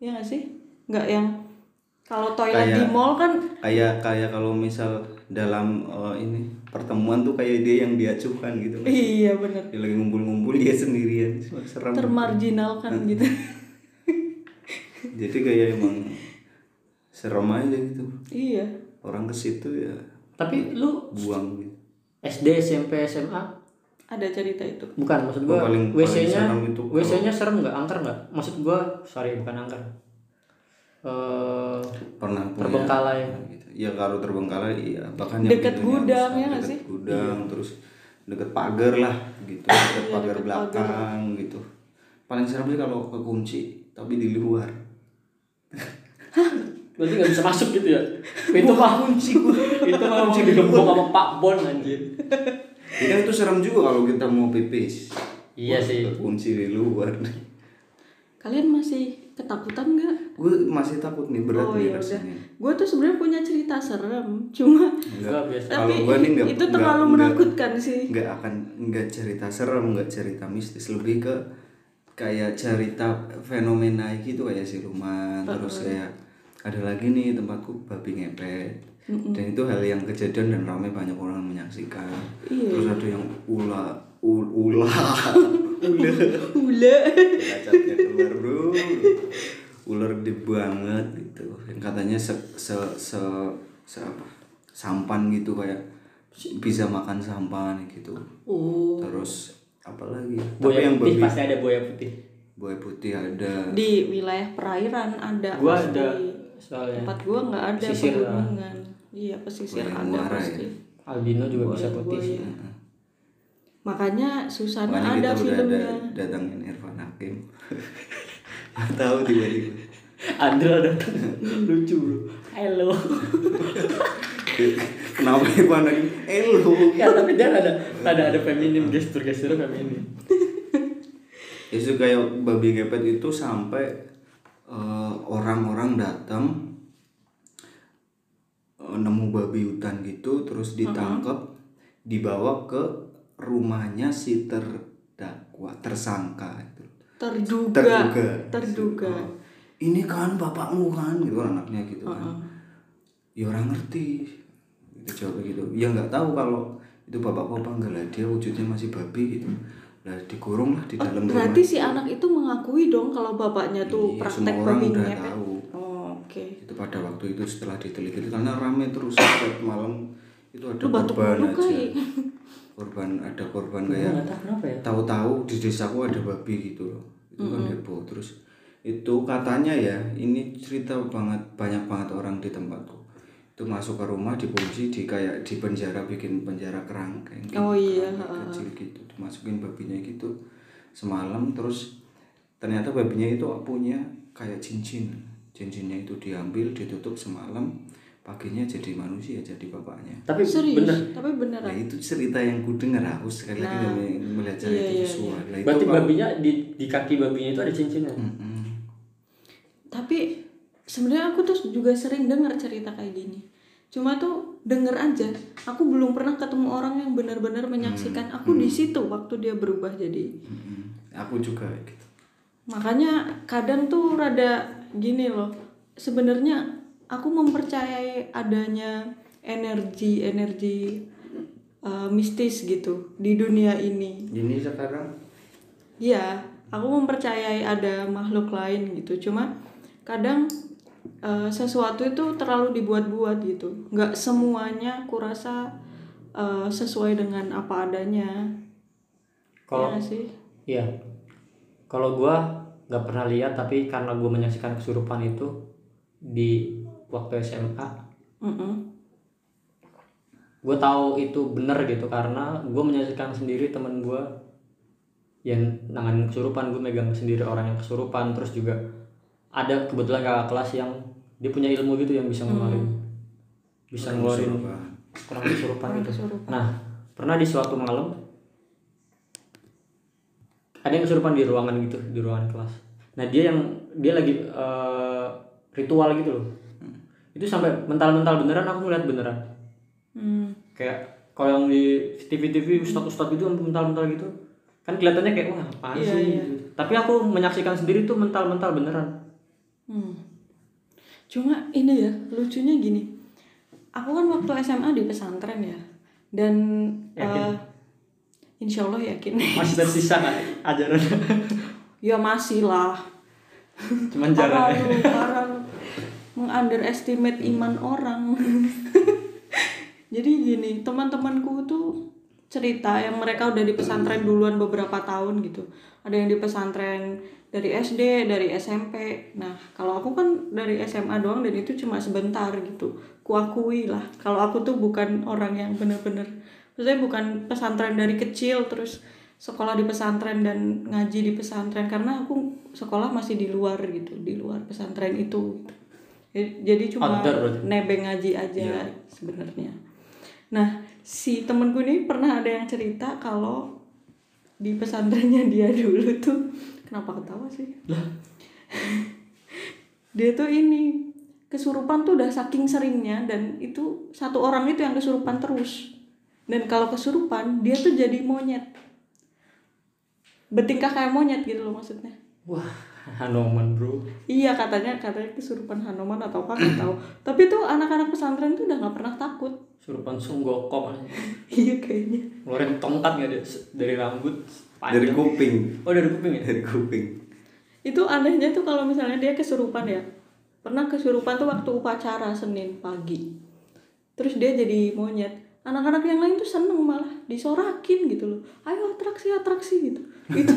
Iya nggak sih nggak yang kalau toilet di Kayak- mall kan kayak kayak kalau misal dalam eh, ini pertemuan tuh kayak dia yang diacuhkan gitu iya bener dia lagi ngumpul-ngumpul dia sendirian serem termarginalkan gitu [LAUGHS] jadi kayak emang serem aja gitu iya orang ke situ ya Tapi lu buang gitu SD, SMP, SMA ada cerita itu bukan maksud gua Gua paling- paling WC-nya serem itu kalau- WC-nya serem nggak angker nggak? Maksud gua sorry bukan angker. Eh pernah punya terbengkalai. gitu. ya kalau terbengkalai iya bahkan Deket pintunya gudang, rusak, ya nggak deket sih? Iya, gudang terus deket pagar lah gitu deket pagar belakang gitu paling serem sih kalau kekunci tapi di luar Berarti nggak bisa masuk gitu ya? Itu mah kunci Itu mah kunci digembok sama Pak Bon anjir. ya kan itu serem juga kalau kita mau pipis Iya sih. kekunci di luar [LAUGHS] kalian masih ketakutan nggak gue masih takut nih berat Oh, nih yaudah. rasanya Iya. gue tuh sebenarnya punya cerita serem cuma Enggak biasa. tapi Kalau gua nih nggak- itu nggak- terlalu nggak- menakutkan sih nggak akan nggak cerita serem nggak cerita mistis lebih ke kayak cerita fenomena gitu kayak siluman terus kayak ada lagi nih tempatku babi ngepet dan itu hal yang kejadian dan ramai banyak orang menyaksikan Iya. terus ada yang ula ul, [LAUGHS] ula ular Ula. kacatnya keluar bro ular gede banget gitu yang katanya se se se, se apa sampan gitu kayak bisa makan sampan gitu oh terus apalagi tapi Buaya yang putih babi pasti ada buaya putih. buaya putih ada di wilayah perairan ada Gua pasti. ada soalnya. tempat gua nggak ada Pesisir lah. pegunungan iya pesisir Buaya ada muara pasti ya. Albino juga bisa [LAUGHS] putih sih. Buaya. makanya Susana ada makanya kita udah ada filmnya datangin Irfan Hakim [LAUGHS] Nggak tahu tiba-tiba Andra datang [LAUGHS] lucu bro. Hello. kenapa Irfan Hakim eh lu ya tapi dia ada ada ada feminim gestur gestur feminim. itu kayak babi ngepet itu sampai eh, orang-orang datang eh, nemu babi hutan gitu terus Mm-hmm. ditangkap dibawa ke rumahnya si terdakwa tersangka itu terduga terduga terduga. Oh, ini kan bapakmu kan gitu anaknya gitu kan Mm-hmm. ya orang ngerti itu jawab gitu ya nggak tahu kalau itu bapakku apa enggak lah dia wujudnya masih babi gitu lah dikurung lah di dalam rumah berarti si anak itu mengakui dong kalau bapaknya tuh Iya, praktek semua orang babi udah ngepet tahu oh, oke itu pada waktu itu setelah diteliti karena rame terus setiap malam itu ada Lu batuk korban mulu, aja Kai. korban ada korban Gua kayak nggak tahu kenapa ya. tahu-tahu di desaku ada babi gitu loh itu kan heboh terus itu katanya ya ini cerita banget banyak banget orang di tempatku itu masuk ke rumah dikunci di kayak di penjara bikin penjara kerang kayak Oh iya, kerangka kecil gitu dimasukin babinya gitu semalam terus ternyata babinya itu punya kayak cincin cincinnya itu diambil ditutup semalam paginya jadi manusia jadi bapaknya Tapi serius bener. tapi Nah, beneran Nah, itu cerita yang ku dengar aku sekali lagi nggak me- melihat cerita iya, iya, visual. Nah, itu Berarti kalau- babinya di di kaki babinya itu ada cincinnya. Mm-mm. tapi sebenarnya aku tuh juga sering dengar cerita kayak gini cuma tuh denger aja aku belum pernah ketemu orang yang benar-benar menyaksikan aku di situ waktu dia berubah jadi Mm-mm. Aku juga gitu. makanya kadang tuh rada gini loh sebenarnya aku mempercayai adanya energi energi eh, mistis gitu di dunia ini Ini sekarang Iya, aku mempercayai ada makhluk lain gitu. Cuma kadang eh, sesuatu itu terlalu dibuat-buat gitu. Nggak semuanya aku rasa eh, sesuai dengan apa adanya. Kalau Iya nggak sih. Iya. Kalau gua nggak pernah lihat tapi karena gua menyaksikan kesurupan itu di waktu SMA, Mm-mm. gua tahu itu bener gitu karena gua menyaksikan sendiri temen gua yang nanganin kesurupan, gua megang sendiri orang yang kesurupan, terus juga ada kebetulan kakak kelas yang dia punya ilmu gitu yang bisa ngeluarin, bisa ngeluarin kesurupan. kurang kesurupan Orang gitu. kesurupan. Nah, pernah di suatu malam ada yang kesurupan di ruangan gitu, di ruangan kelas. Nah, dia yang dia lagi eh, ritual gitu loh. Itu sampai mental-mental beneran aku ngeliat beneran. Hmm. Kayak kalau yang di TV-TV ustadz-ustadz gitu kan mental-mental gitu. Kan kelihatannya kayak wah, apaan Iya, sih? iya. gitu. Tapi aku menyaksikan sendiri tuh mental-mental beneran. Hmm. Cuma ini ya lucunya gini. Aku kan waktu SMA di pesantren ya. Dan Yakin? eh, insya Allah yakin. Masih tersisa kan [LAUGHS] ajaran. [LAUGHS] ya masih lah. [LAUGHS] Cuman jarang. ya. Parah lu, parah lu. Mengunderestimate iman orang. [LAUGHS] Jadi gini, teman-temanku tuh cerita yang mereka udah di pesantren duluan beberapa tahun gitu. Ada yang di pesantren dari SD, dari SMP. Nah, kalau aku kan dari SMA doang dan itu cuma sebentar gitu. Kuakui lah kalau aku tuh bukan orang yang bener-bener maksudnya bukan pesantren dari kecil terus sekolah di pesantren dan ngaji di pesantren karena aku sekolah masih di luar gitu, di luar pesantren itu. gitu. Jadi cuma Outdoor berarti? nebeng ngaji aja sebenarnya. Nah, si [LAUGHS] temenku ini pernah ada yang cerita kalau di pesantrennya dia dulu tuh Kenapa ketawa sih? [LAUGHS] dia tuh ini kesurupan tuh udah saking seringnya dan itu satu orang itu yang kesurupan terus. Dan kalau kesurupan dia tuh jadi monyet. Bertingkah kayak monyet gitu loh maksudnya. Wah, Hanoman bro. Iya katanya katanya kesurupan Hanoman atau apa nggak tahu. Tapi tuh anak-anak pesantren tuh udah nggak pernah takut. [LAUGHS] Surupan sunggokong aja. Iya kayaknya. Ngeluarin tongkat nggak dia S- dari rambut dari panjang. kuping [LAUGHS] Oh dari kuping ya? dari kuping Itu anehnya tuh kalau misalnya dia kesurupan ya. Pernah kesurupan tuh waktu upacara Senin pagi. Terus dia jadi monyet. Anak-anak yang lain tuh seneng malah disorakin gitu loh. Ayo atraksi atraksi gitu. Itu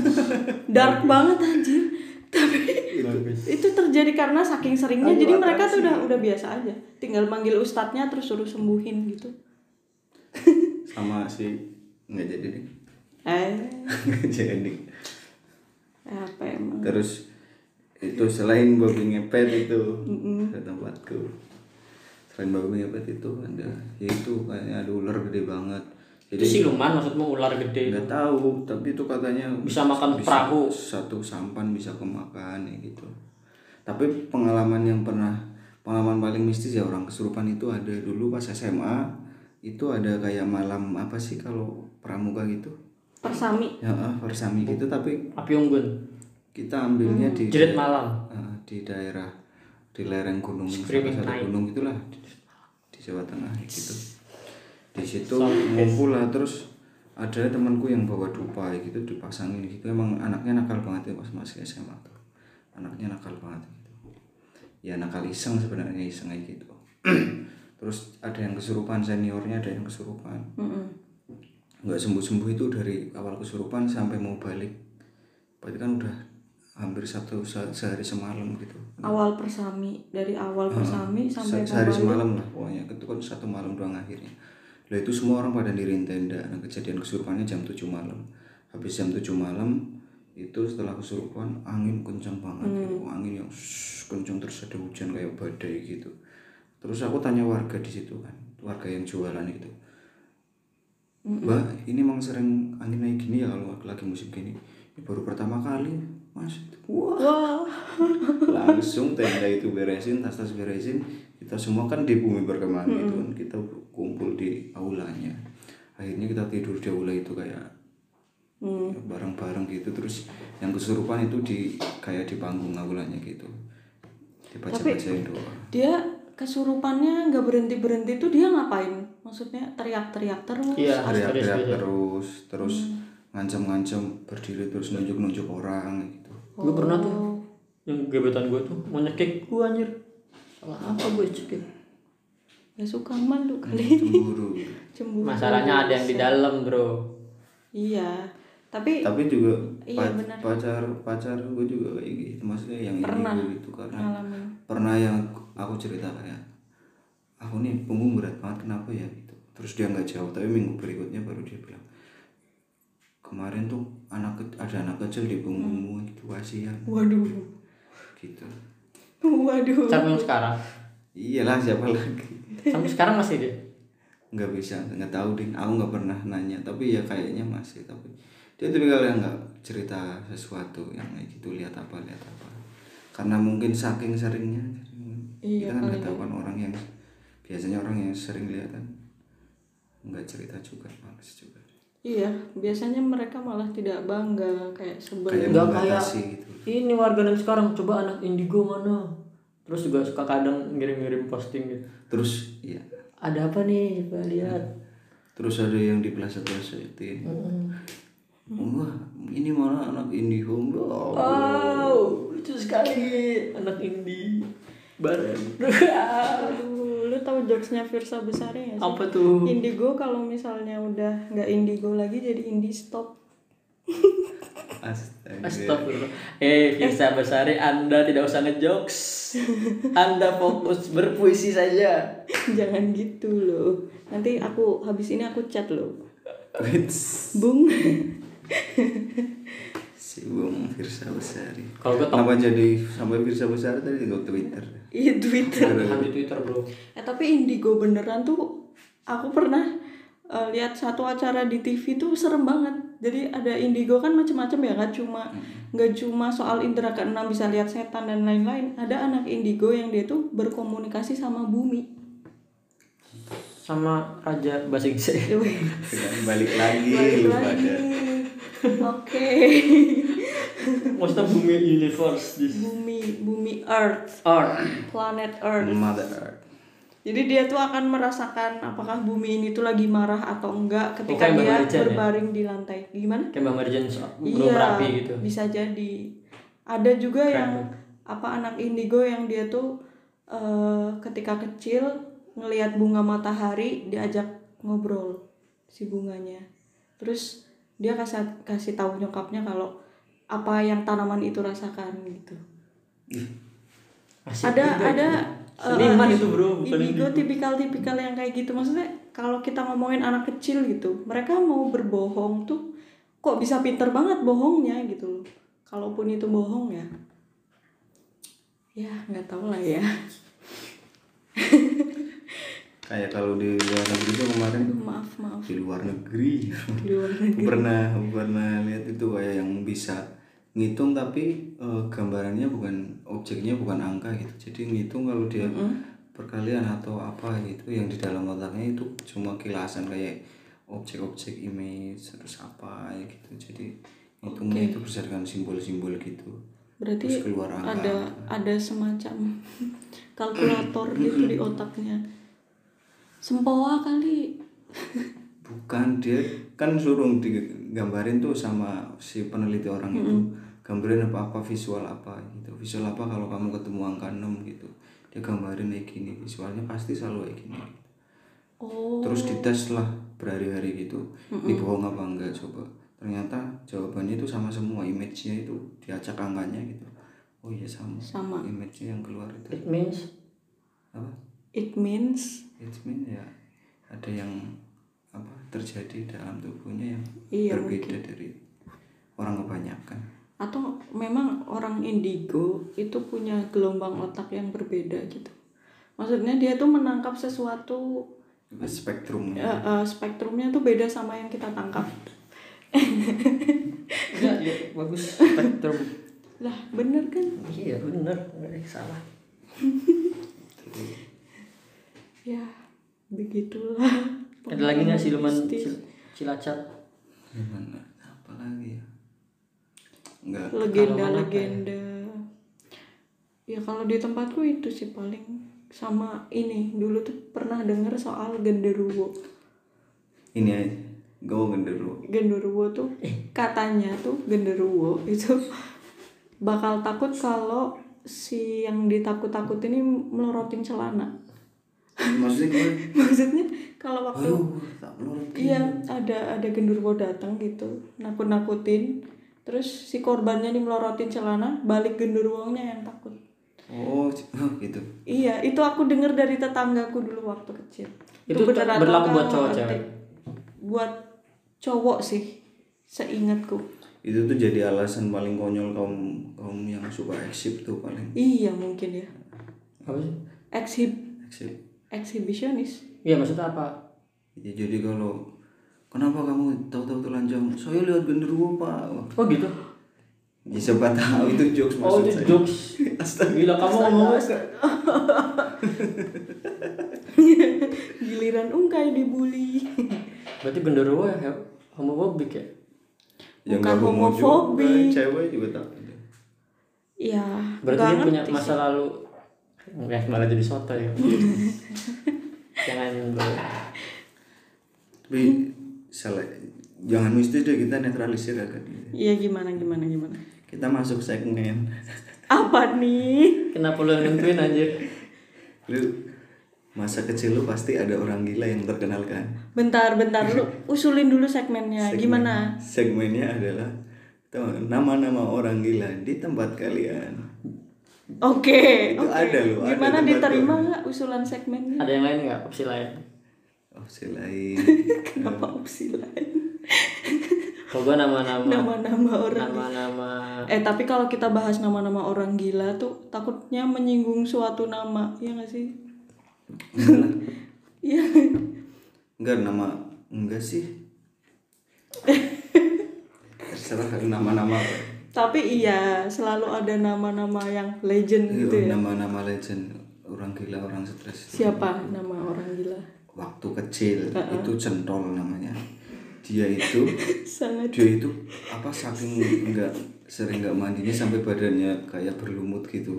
dark banget anjir. Tapi Bagus. itu terjadi karena saking seringnya Ayo jadi mereka tuh atraksi. udah udah biasa aja. Tinggal manggil ustadznya terus suruh sembuhin gitu. sama si nggak jadi deh Eh, nggak [LAUGHS] jadi apa emang? terus itu selain babi ngepet itu ke tempatku selain babi ngepet itu ada yaitu kayaknya ada ular gede banget Itu siluman maksudmu ular gede. nggak tahu tapi itu katanya Bisa makan perahu. satu sampan bisa kemakan ya gitu tapi pengalaman yang pernah pengalaman paling mistis ya orang kesurupan itu ada dulu pas SMA itu ada kayak malam apa sih kalau pramuka gitu Persami. ya ah, persami gitu tapi Api unggun. kita ambilnya di Jerit malam. eh, di daerah di lereng gunung Screaming salah satu Night. gunung itulah di, di Jawa Tengah gitu di situ ngumpul lah terus ada temanku yang bawa dupa gitu dipasangin gitu emang anaknya nakal banget ya pas masih SMA tuh anaknya nakal banget gitu ya nakal iseng sebenarnya iseng aja gitu [CLEARS THROAT] terus ada yang kesurupan seniornya ada yang kesurupan Mm-mm. nggak sembuh sembuh itu dari awal kesurupan sampai mau balik berarti kan udah hampir satu se- sehari semalam gitu Awal persami dari awal persami sampai Se- sehari semalam lah pokoknya itu kan satu malam doang akhirnya lah itu semua orang pada diriin tenda nah kejadian kesurupannya jam 7 malam habis jam 7 malam itu setelah kesurupan angin kencang banget gitu. angin yang sus- kencang terus ada hujan kayak badai gitu terus aku tanya warga di situ kan warga yang jualan itu Mbak, ini emang sering angin naik gini ya kalau lagi musim gini. Ini baru pertama kali, Mas. Wah, Wah. langsung tenda itu beresin tas-tas beresin kita semua kan di bumi perkemahan gitu kan kita kumpul di aulanya akhirnya kita tidur di aula itu kayak Hmm. ya, bareng-bareng gitu terus yang kesurupan itu di kayak di panggung aulanya gitu dibaca-bacain doa dia kesurupannya nggak berhenti berhenti tuh dia ngapain maksudnya teriak-teriak terus Iya, harus terus teriak-teriak biasa. terus terus ngancam-ngancam berdiri terus nunjuk-nunjuk orang gitu Gue pernah tuh yang gebetan gue tuh mau nyekik gue anjir. Salah apa gue cekik? ya suka malu kali cemburu cemburu Masalahnya ada yang di dalam bro. iya tapi tapi juga Iya, pa- benar. pacar pacar gue juga kayak gitu maksudnya yang Pernah. ini gitu karena ngalamin pernah yang aku cerita kayak aku nih punggung berat banget kenapa ya gitu terus dia nggak jawab tapi minggu berikutnya baru dia bilang kemarin tuh anak ke- ada anak kecil di punggungmu gitu kasihan waduh gitu waduh Sampai yang sekarang. iyalah siapa lagi Sampai sekarang masih dia. nggak bisa nggak tahu ding aku nggak pernah nanya tapi ya kayaknya masih tapi dia tipikal yang nggak cerita sesuatu yang kayak gitu lihat apa lihat apa karena mungkin saking seringnya jadi mungkin Iya, kita kan nggak tahu kan orang yang biasanya orang yang sering lihat kan nggak cerita juga males juga iya biasanya mereka malah tidak bangga kayak sebel kayak Nggak membatasi gitu Ini warganet sekarang coba anak indigo mana? Terus juga suka kadang ngirim-ngirim posting gitu. terus iya Ada apa nih? Coba lihat. terus ada yang di plaza plaza itu wah ini mana anak indigo Ah. Wah, Wow, lucu sekali anak indie. [LAUGHS] Bareng. Aduh, lu tahu jokesnya Firsa besarnya nggak sih? apa tuh? Indigo kalau misalnya udah nggak indigo lagi jadi indie stop [LAUGHS] astaga Astagfirullah. Eh, Firsa Basari, Anda tidak usah ngejokes. Anda fokus berpuisi saja. Jangan gitu loh. Nanti aku habis ini aku chat loh. Wits. Bung. Si Bung Firsa Besari. Kalau gue Kenapa jadi sampai Firsa Besari tadi di Twitter? Iya Twitter. Tahan di Twitter, Bro. Eh tapi indigo beneran tuh aku pernah eh, lihat satu acara di TV tuh serem banget. Jadi ada indigo kan macam-macam ya, nggak cuma nggak cuma soal indera keenam bisa lihat setan dan lain-lain. Ada anak indigo yang dia tuh berkomunikasi sama bumi. sama raja bahasa Inggris Dengan balik lagi Ya, Balik lagi. pada Oke. maksudnya bumi universe this bumi, bumi Earth, earth planet Earth. Mother Earth. Jadi dia tuh akan merasakan apakah bumi ini tuh lagi marah atau enggak ketika Bukan dia berbaring, ya? berbaring di lantai. Gimana? kayak Mbak Marjan so- belum rapi gitu Iya, Bisa jadi. Ada juga Keren yang tuh. apa anak indigo yang dia tuh eh, ketika kecil ngelihat bunga matahari diajak ngobrol si bunganya. Terus dia kasih kasih tahu nyokapnya kalau apa yang tanaman itu rasakan gitu. Asik Ada juga ada itu. gitu. seniman eh, itu bro bukan indigo indigo. tipikal-tipikal yang kayak gitu maksudnya kalau kita ngomongin anak kecil gitu mereka mau berbohong tuh kok bisa pinter banget bohongnya gitu loh kalaupun itu bohong ya ya nggak tahu lah ya [LAUGHS] Kayak kalau di luar negeri tuh kemarin tuh maaf maaf di luar negeri di [LAUGHS] luar negeri pernah pernah lihat itu kayak yang bisa ngitung tapi eh, gambarannya bukan objeknya bukan angka gitu jadi ngitung kalau dia perkalian atau apa gitu yang di dalam otaknya itu cuma kilasan kayak objek-objek image terus apa ya gitu jadi ngitungnya itu berdasarkan simbol-simbol gitu berarti terus keluar angka ada ada semacam [LAUGHS] kalkulator gitu di otaknya sempoa kali bukan dia kan suruh digambarin tuh sama si peneliti orang itu gambarin apa apa visual apa gitu visual apa kalau kamu ketemu angka 6 gitu dia gambarin kayak gini visualnya pasti selalu kayak gini oh terus dites lah berhari-hari gitu ini bohong apa enggak coba ternyata jawabannya itu sama semua image-nya itu diacak angkanya gitu oh iya sama Sama. image-nya yang keluar itu it means apa it means it mean ya ada yang apa terjadi dalam tubuhnya yang Iya, berbeda dari orang kebanyakan atau memang orang indigo itu punya gelombang otak yang berbeda gitu maksudnya dia tuh menangkap sesuatu spektrumnya eh, eh, spektrumnya tuh beda sama yang kita tangkap Enggak, ya, bagus spektrum lah bener kan iya bener nggak ada yang salah ya begitulah ada lagi nggak siluman Mistis. cil- cilacat gimana apa lagi ya enggak legenda Kalau mana legenda ya kalau di tempatku itu sih paling sama ini dulu tuh pernah dengar soal genderuwo ini aja gue genderuwo genderuwo tuh Eh. katanya tuh genderuwo itu [LAUGHS] bakal takut kalau si yang ditakut-takut ini melorotin celana [LAUGHS] maksudnya gue maksudnya kalau waktu Oh, aduh tak menurut iya ada ada genderuwo datang gitu nakut-nakutin terus si korbannya ini melorotin celana balik genderuwonya yang takut oh c- gitu iya itu aku dengar dari tetanggaku dulu waktu kecil Itu beneran berlaku buat orang cowok, ngerti. cewek? buat cowok sih seingatku itu tuh jadi alasan paling konyol kaum kaum yang suka eksib tuh paling Iya mungkin ya. apa sih Eksib eksib eksibisionis. iya maksudnya apa Ya, jadi kalau kenapa kamu tahu-tahu telanjang? Saya lihat genderuwo pak. oh gitu Ya, siapa tahu [LAUGHS] itu jokes oh maksud itu saya. jokes gila kamu [LAUGHS] ngomong Giliran ungkai dibully. [LAUGHS] berarti genderuwo ya he- homofobik ya Ya, Bukan nggak homo juga, homofobik. Nah, cewek juga tahu. Iya. berarti nggak dia punya ngerti masa sih. lalu ya malah jadi soto [LAUGHS] ya jangan bro Tapi Hmm. salah, jangan mistis deh kita netralisir agak dulu. Iya gimana gimana gimana. Kita masuk segmen. [LAUGHS] Apa nih? kenapa lo yang nentuin anjir Lu masa kecil lu pasti ada orang gila yang terkenal kan? Bentar bentar lu usulin dulu segmennya. Segmen- Gimana? Segmennya adalah tau, nama-nama orang gila di tempat kalian. Oke. oke. Itu ada loh, ada Gimana tempat diterima gua. nggak usulan segmennya? ada yang lain nggak opsi lain Opsi Oh, [LAUGHS] lain. Kenapa opsi lain? kalau gua nama-nama Nama-nama orang. nama-nama Eh tapi kalau kita bahas nama-nama orang gila tuh takutnya menyinggung suatu nama, ya nggak sih? Iya. Enggak nama enggak [LAUGHS] sih terserah nama-nama Tapi iya, selalu ada nama-nama yang legend gitu ya. nama-nama legend orang gila orang stres Siapa nama orang gila? waktu kecil itu centol namanya dia itu Sangat dia itu apa saking nggak sering nggak mandinya sampai badannya kayak berlumut gitu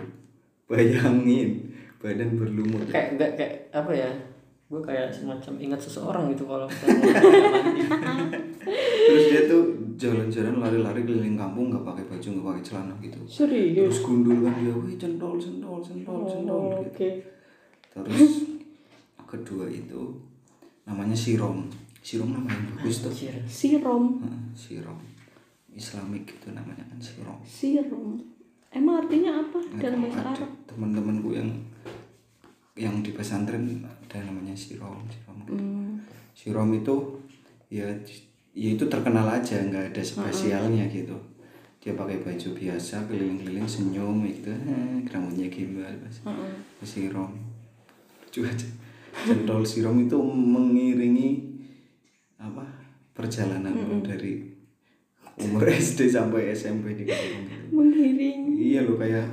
bayangin badan berlumut kayak nggak kayak apa ya gue kayak semacam ingat seseorang gitu kalau kalau mandi terus dia tuh jalan-jalan lari-lari keliling kampung nggak pakai baju nggak pakai celana gitu serius. terus gundul kan dia wih centol centol centol centol Oh, Oke. gitu. terus kedua itu namanya sirom sirom namanya bagus tuh Anjir. Sirom, Heeh, sirom islamik gitu namanya kan sirom sirom. Emang artinya apa dalam bahasa ada Arab? teman-temanku yang yang di pesantren ada namanya sirom sirom Hmm. sirom itu ya ya itu terkenal aja Hmm. nggak ada spesialnya gitu dia pakai baju biasa keliling-keliling senyum gitu [LAUGHS] "Eh, rambutnya gimbal mas Heeh. sirom lucu aja jendol sirom itu mengiringi apa perjalanan Hmm. dari umur [LAUGHS] SD sampai SMP di kampung gitu Mengiring. iya lo kayak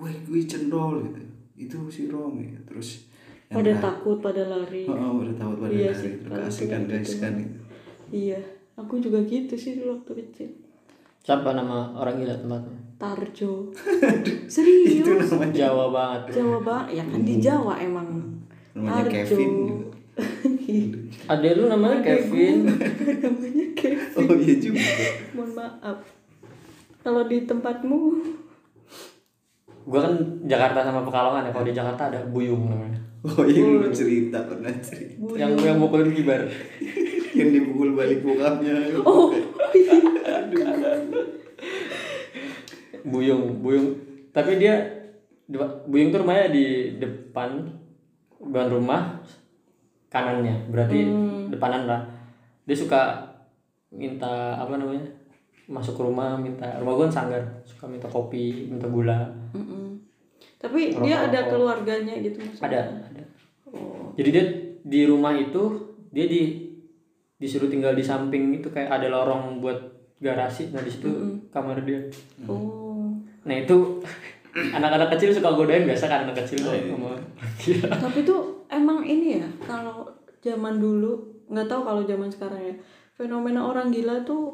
wah gue cendol gitu itu si Rom ya. terus yang Pada terakhir- takut, pada lari. oh, oh, udah tahu pada Iya lari sih, gitu, kalau keasikan tua gitu. keasikan gitu Iya, aku juga gitu sih dulu waktu kecil. siapa nama orang gila tempatnya Tarjo. [LAUGHS] itu [LAUGHS] Serius? namanya Jawa banget Jawa Ba- ya kan di Jawa emang. namanya Tarjo. Kevin gitu. ada lu namanya Kevin [LAUGHS] namanya Kevin. oh iya juga [LAUGHS] Mohon maaf. Kalau di tempatmu gue kan Jakarta sama Pekalongan ya kalau di Jakarta ada Buyung namanya oh iya lu cerita pernah cerita [LAUGHS] yang yang mukulin kibar yang dipukul balik bokapnya Oh, Buyung Buyung tapi dia dua- Buyung tuh rumahnya di depan depan rumah kanannya berarti depanan lah dia suka minta apa namanya masuk ke rumah minta rumah gue kan sanggar suka minta kopi minta gula Mm-mm. Tapi dia ada keluarganya gitu maksudnya. Oh. ada ada jadi dia di rumah itu dia di disuruh tinggal di samping itu kayak ada lorong buat garasi nah di situ kamar dia Oh. nah itu anak-anak kecil suka godain biasa kan anak kecil kalau sama Gila. Tapi tuh emang ini ya kalau zaman dulu nggak tahu kalau zaman sekarang ya. Fenomena orang gila tuh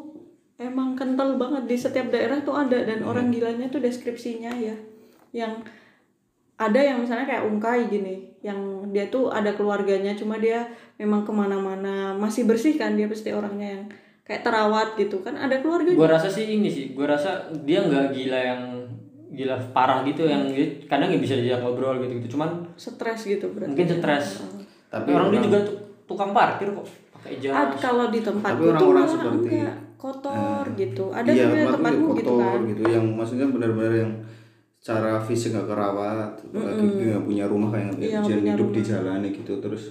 emang kental banget di setiap daerah tuh ada dan orang gilanya tuh deskripsinya ya. Yang ada yang misalnya kayak Ungkai gini, yang dia tuh ada keluarganya cuma dia memang kemana-mana masih bersih kan dia pasti orangnya yang kayak terawat gitu kan ada keluarganya. gua rasa sih ini sih gua rasa dia nggak gila yang gila parah gitu yang dia- kadang nggak bisa diajak ngobrol gitu gitu cuman stres gitu berarti. mungkin stres tapi orang, dia juga tu- tukang parkir kok pakai Ah, jas kalau di tempat Tapi itu orang-orang malah seperti- enggak kotor gitu. Ada iya, juga maksudnya tempatmu gitu kotor kan. gitu, yang maksudnya benar-benar yang cara fisik gak kerawat apalagi nggak punya rumah kayak Iya, nggak punya hujan, hidup di jalan ya gitu terus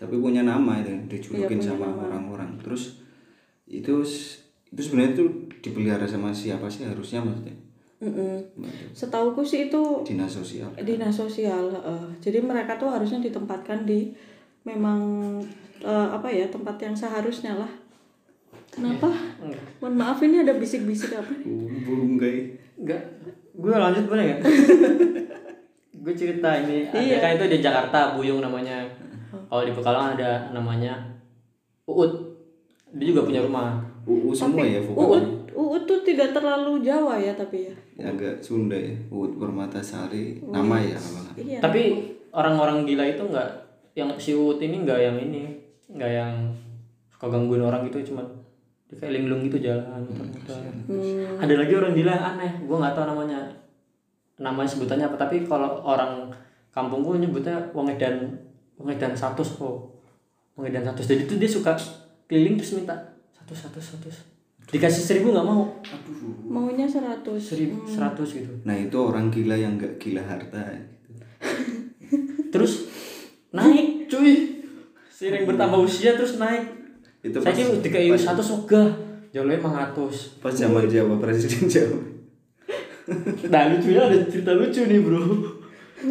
tapi punya nama itu Iya, dijulukin sama orang-orang terus itu s- itu sebenarnya itu dipelihara sama siapa sih harusnya maksudnya Mm-mm. Setauku sih itu dinas sosial dinas sosial. heeh. Jadi mereka tuh harusnya ditempatkan di memang eh, apa ya tempat yang seharusnya lah. Kenapa? Mohon maaf ini ada bisik-bisik apa? nih? burung guys Enggak. Gue lanjut boleh ya? gue cerita ini ada kan itu di Jakarta Buyung namanya. Kalau di Pekalongan ada namanya Uut. Dia juga punya rumah. uu semua ya Uut, vokalnya uut tuh tidak terlalu Jawa ya tapi ya. agak Sunda ya uut permatasari nama ya nama Iya. Tapi orang-orang gila itu enggak yang si Uut ini enggak yang ini, enggak yang suka gangguin orang gitu cuman dia kayak linglung gitu jalan muter-muter. Ada lagi orang gila yang aneh, gue nggak tahu namanya namanya sebutannya apa tapi kalau orang kampung gue nyebutnya wengedan wengedan satu kok wengedan satu jadi tuh dia suka keliling terus minta satu satu satu dikasih seribu nggak mau maunya 100. seribu seratus gitu nah itu orang gila yang nggak gila harta gitu. terus naik cuy sering bertambah usia terus naik itu saya kira tiga ibu satu soga jalurnya emang ratus pas zaman Jawa presiden [LAUGHS] Jawa ya, nah lucunya ada cerita lucu nih bro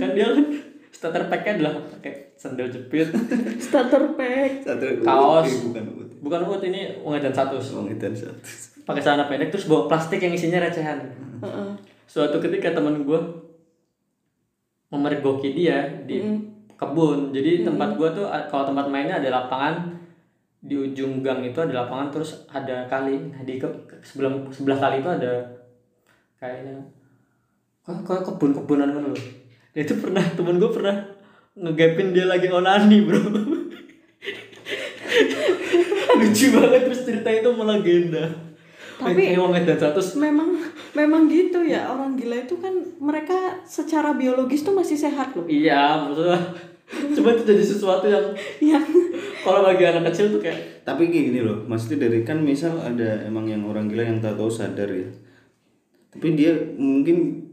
kan dia kan starter packnya adalah pakai sendal jepit starter pack Satu Kaos. eh, bukan ut. bukan ut ini ungedan satu Uang itu satu. pakai celana pendek terus bawa plastik yang isinya recehan Heeh. suatu ketika teman gue memergoki dia di kebun jadi tempat gue tuh a- kalau tempat mainnya ada lapangan di ujung gang itu ada lapangan terus ada kali nah di ke- ke- sebelum sebelah kali itu ada kayaknya kok kok kebun-kebunan kan loh dia tuh pernah temen gue pernah ngegapin dia lagi onani bro [LAUGHS] lucu banget terus cerita itu melegenda Tapi- Kayak wong edan satu memang memang gitu ya orang gila itu kan mereka secara biologis tuh masih sehat loh Iya, maksudnya cuma itu jadi sesuatu yang yang kalau bagi anak kecil tuh kayak Tapi kayak gini loh, maksudnya dari kan misal ada emang yang orang gila yang tak tahu sadar ya. Tapi dia mungkin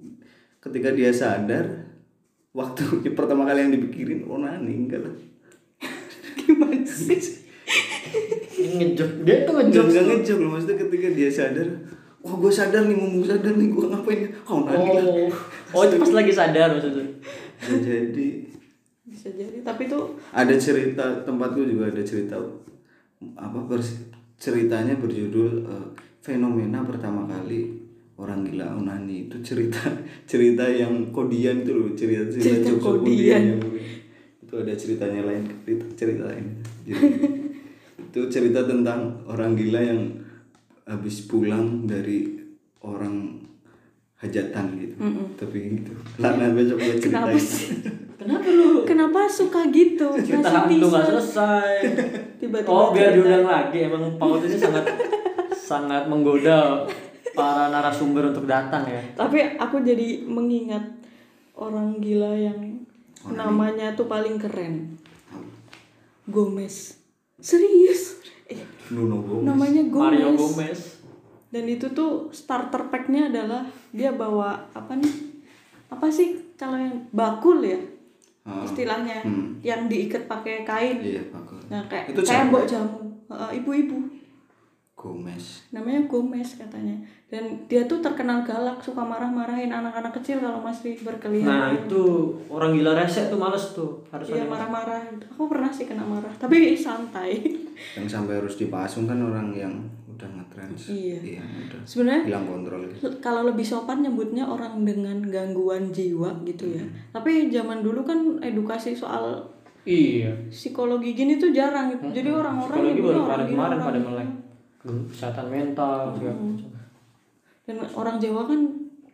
ketika dia sadar waktu [LAUGHS] di pertama kali yang dipikirin onani enggak lah. gimana sih ngejok. Dia tuh Enggak ngejok. enggak ngejok loh, maksudnya ketika dia sadar, wah gue sadar nih, mau sadar nih, gue ngapain? Oh, onani lah. [LAUGHS] Oh, oh itu pas lagi sadar maksudnya. Bisa Nah, Jadi bisa jadi tapi tuh ada cerita tempatku juga ada cerita apa pers- ceritanya berjudul eh, fenomena pertama kali orang gila onani itu cerita [LAUGHS] cerita yang kodian itu loh cerita cerita, Cerita Jogja kodian. yang- itu ada ceritanya lain cerita cerita lain [LAUGHS] Jadi, itu cerita tentang orang gila yang habis pulang dari orang hajatan gitu tapi gitu karena besok gue kenapa ceritain sih kenapa lu kenapa suka gitu Cerita Masih hantu nggak bisa. selesai. Tiba-tiba oh, biar cerita. diundang lagi. Emang paut ini sangat sangat menggoda para narasumber untuk datang ya. tapi aku jadi mengingat orang gila yang namanya tuh paling keren Gomez serius Eh, Nuno Gomez. namanya Gomez Mario Gomez. dan itu tuh starter packnya adalah dia bawa apa nih apa sih kalau yang bakul ya Ah. istilahnya Hmm. yang diikat pakai kain Iya, bagus. nah kayak Itu kayak cewek. mbok jamu Heeh, ibu-ibu Gomez. namanya Gomez katanya dan dia tuh terkenal galak suka marah-marahin anak-anak kecil kalau masih Nah, berkeliaran itu orang gila rese tuh males tuh. Harus dia ada marah-marah gitu. aku pernah sih kena marah tapi santai [LAUGHS] Yang sampai harus dipasung kan orang yang udah ngetrans. Iya. udah. sebenarnya Hilang kontrol gitu. l- kalau lebih sopan nyebutnya orang dengan gangguan jiwa gitu ya tapi zaman dulu kan edukasi soal Iya. psikologi gini tuh jarang gitu. jadi orang-orang Kalau nyebutnya baru orang kemarin gila, kemarin orang pada gila. Hmm. melek kesehatan mental segala macam. dan orang Jawa kan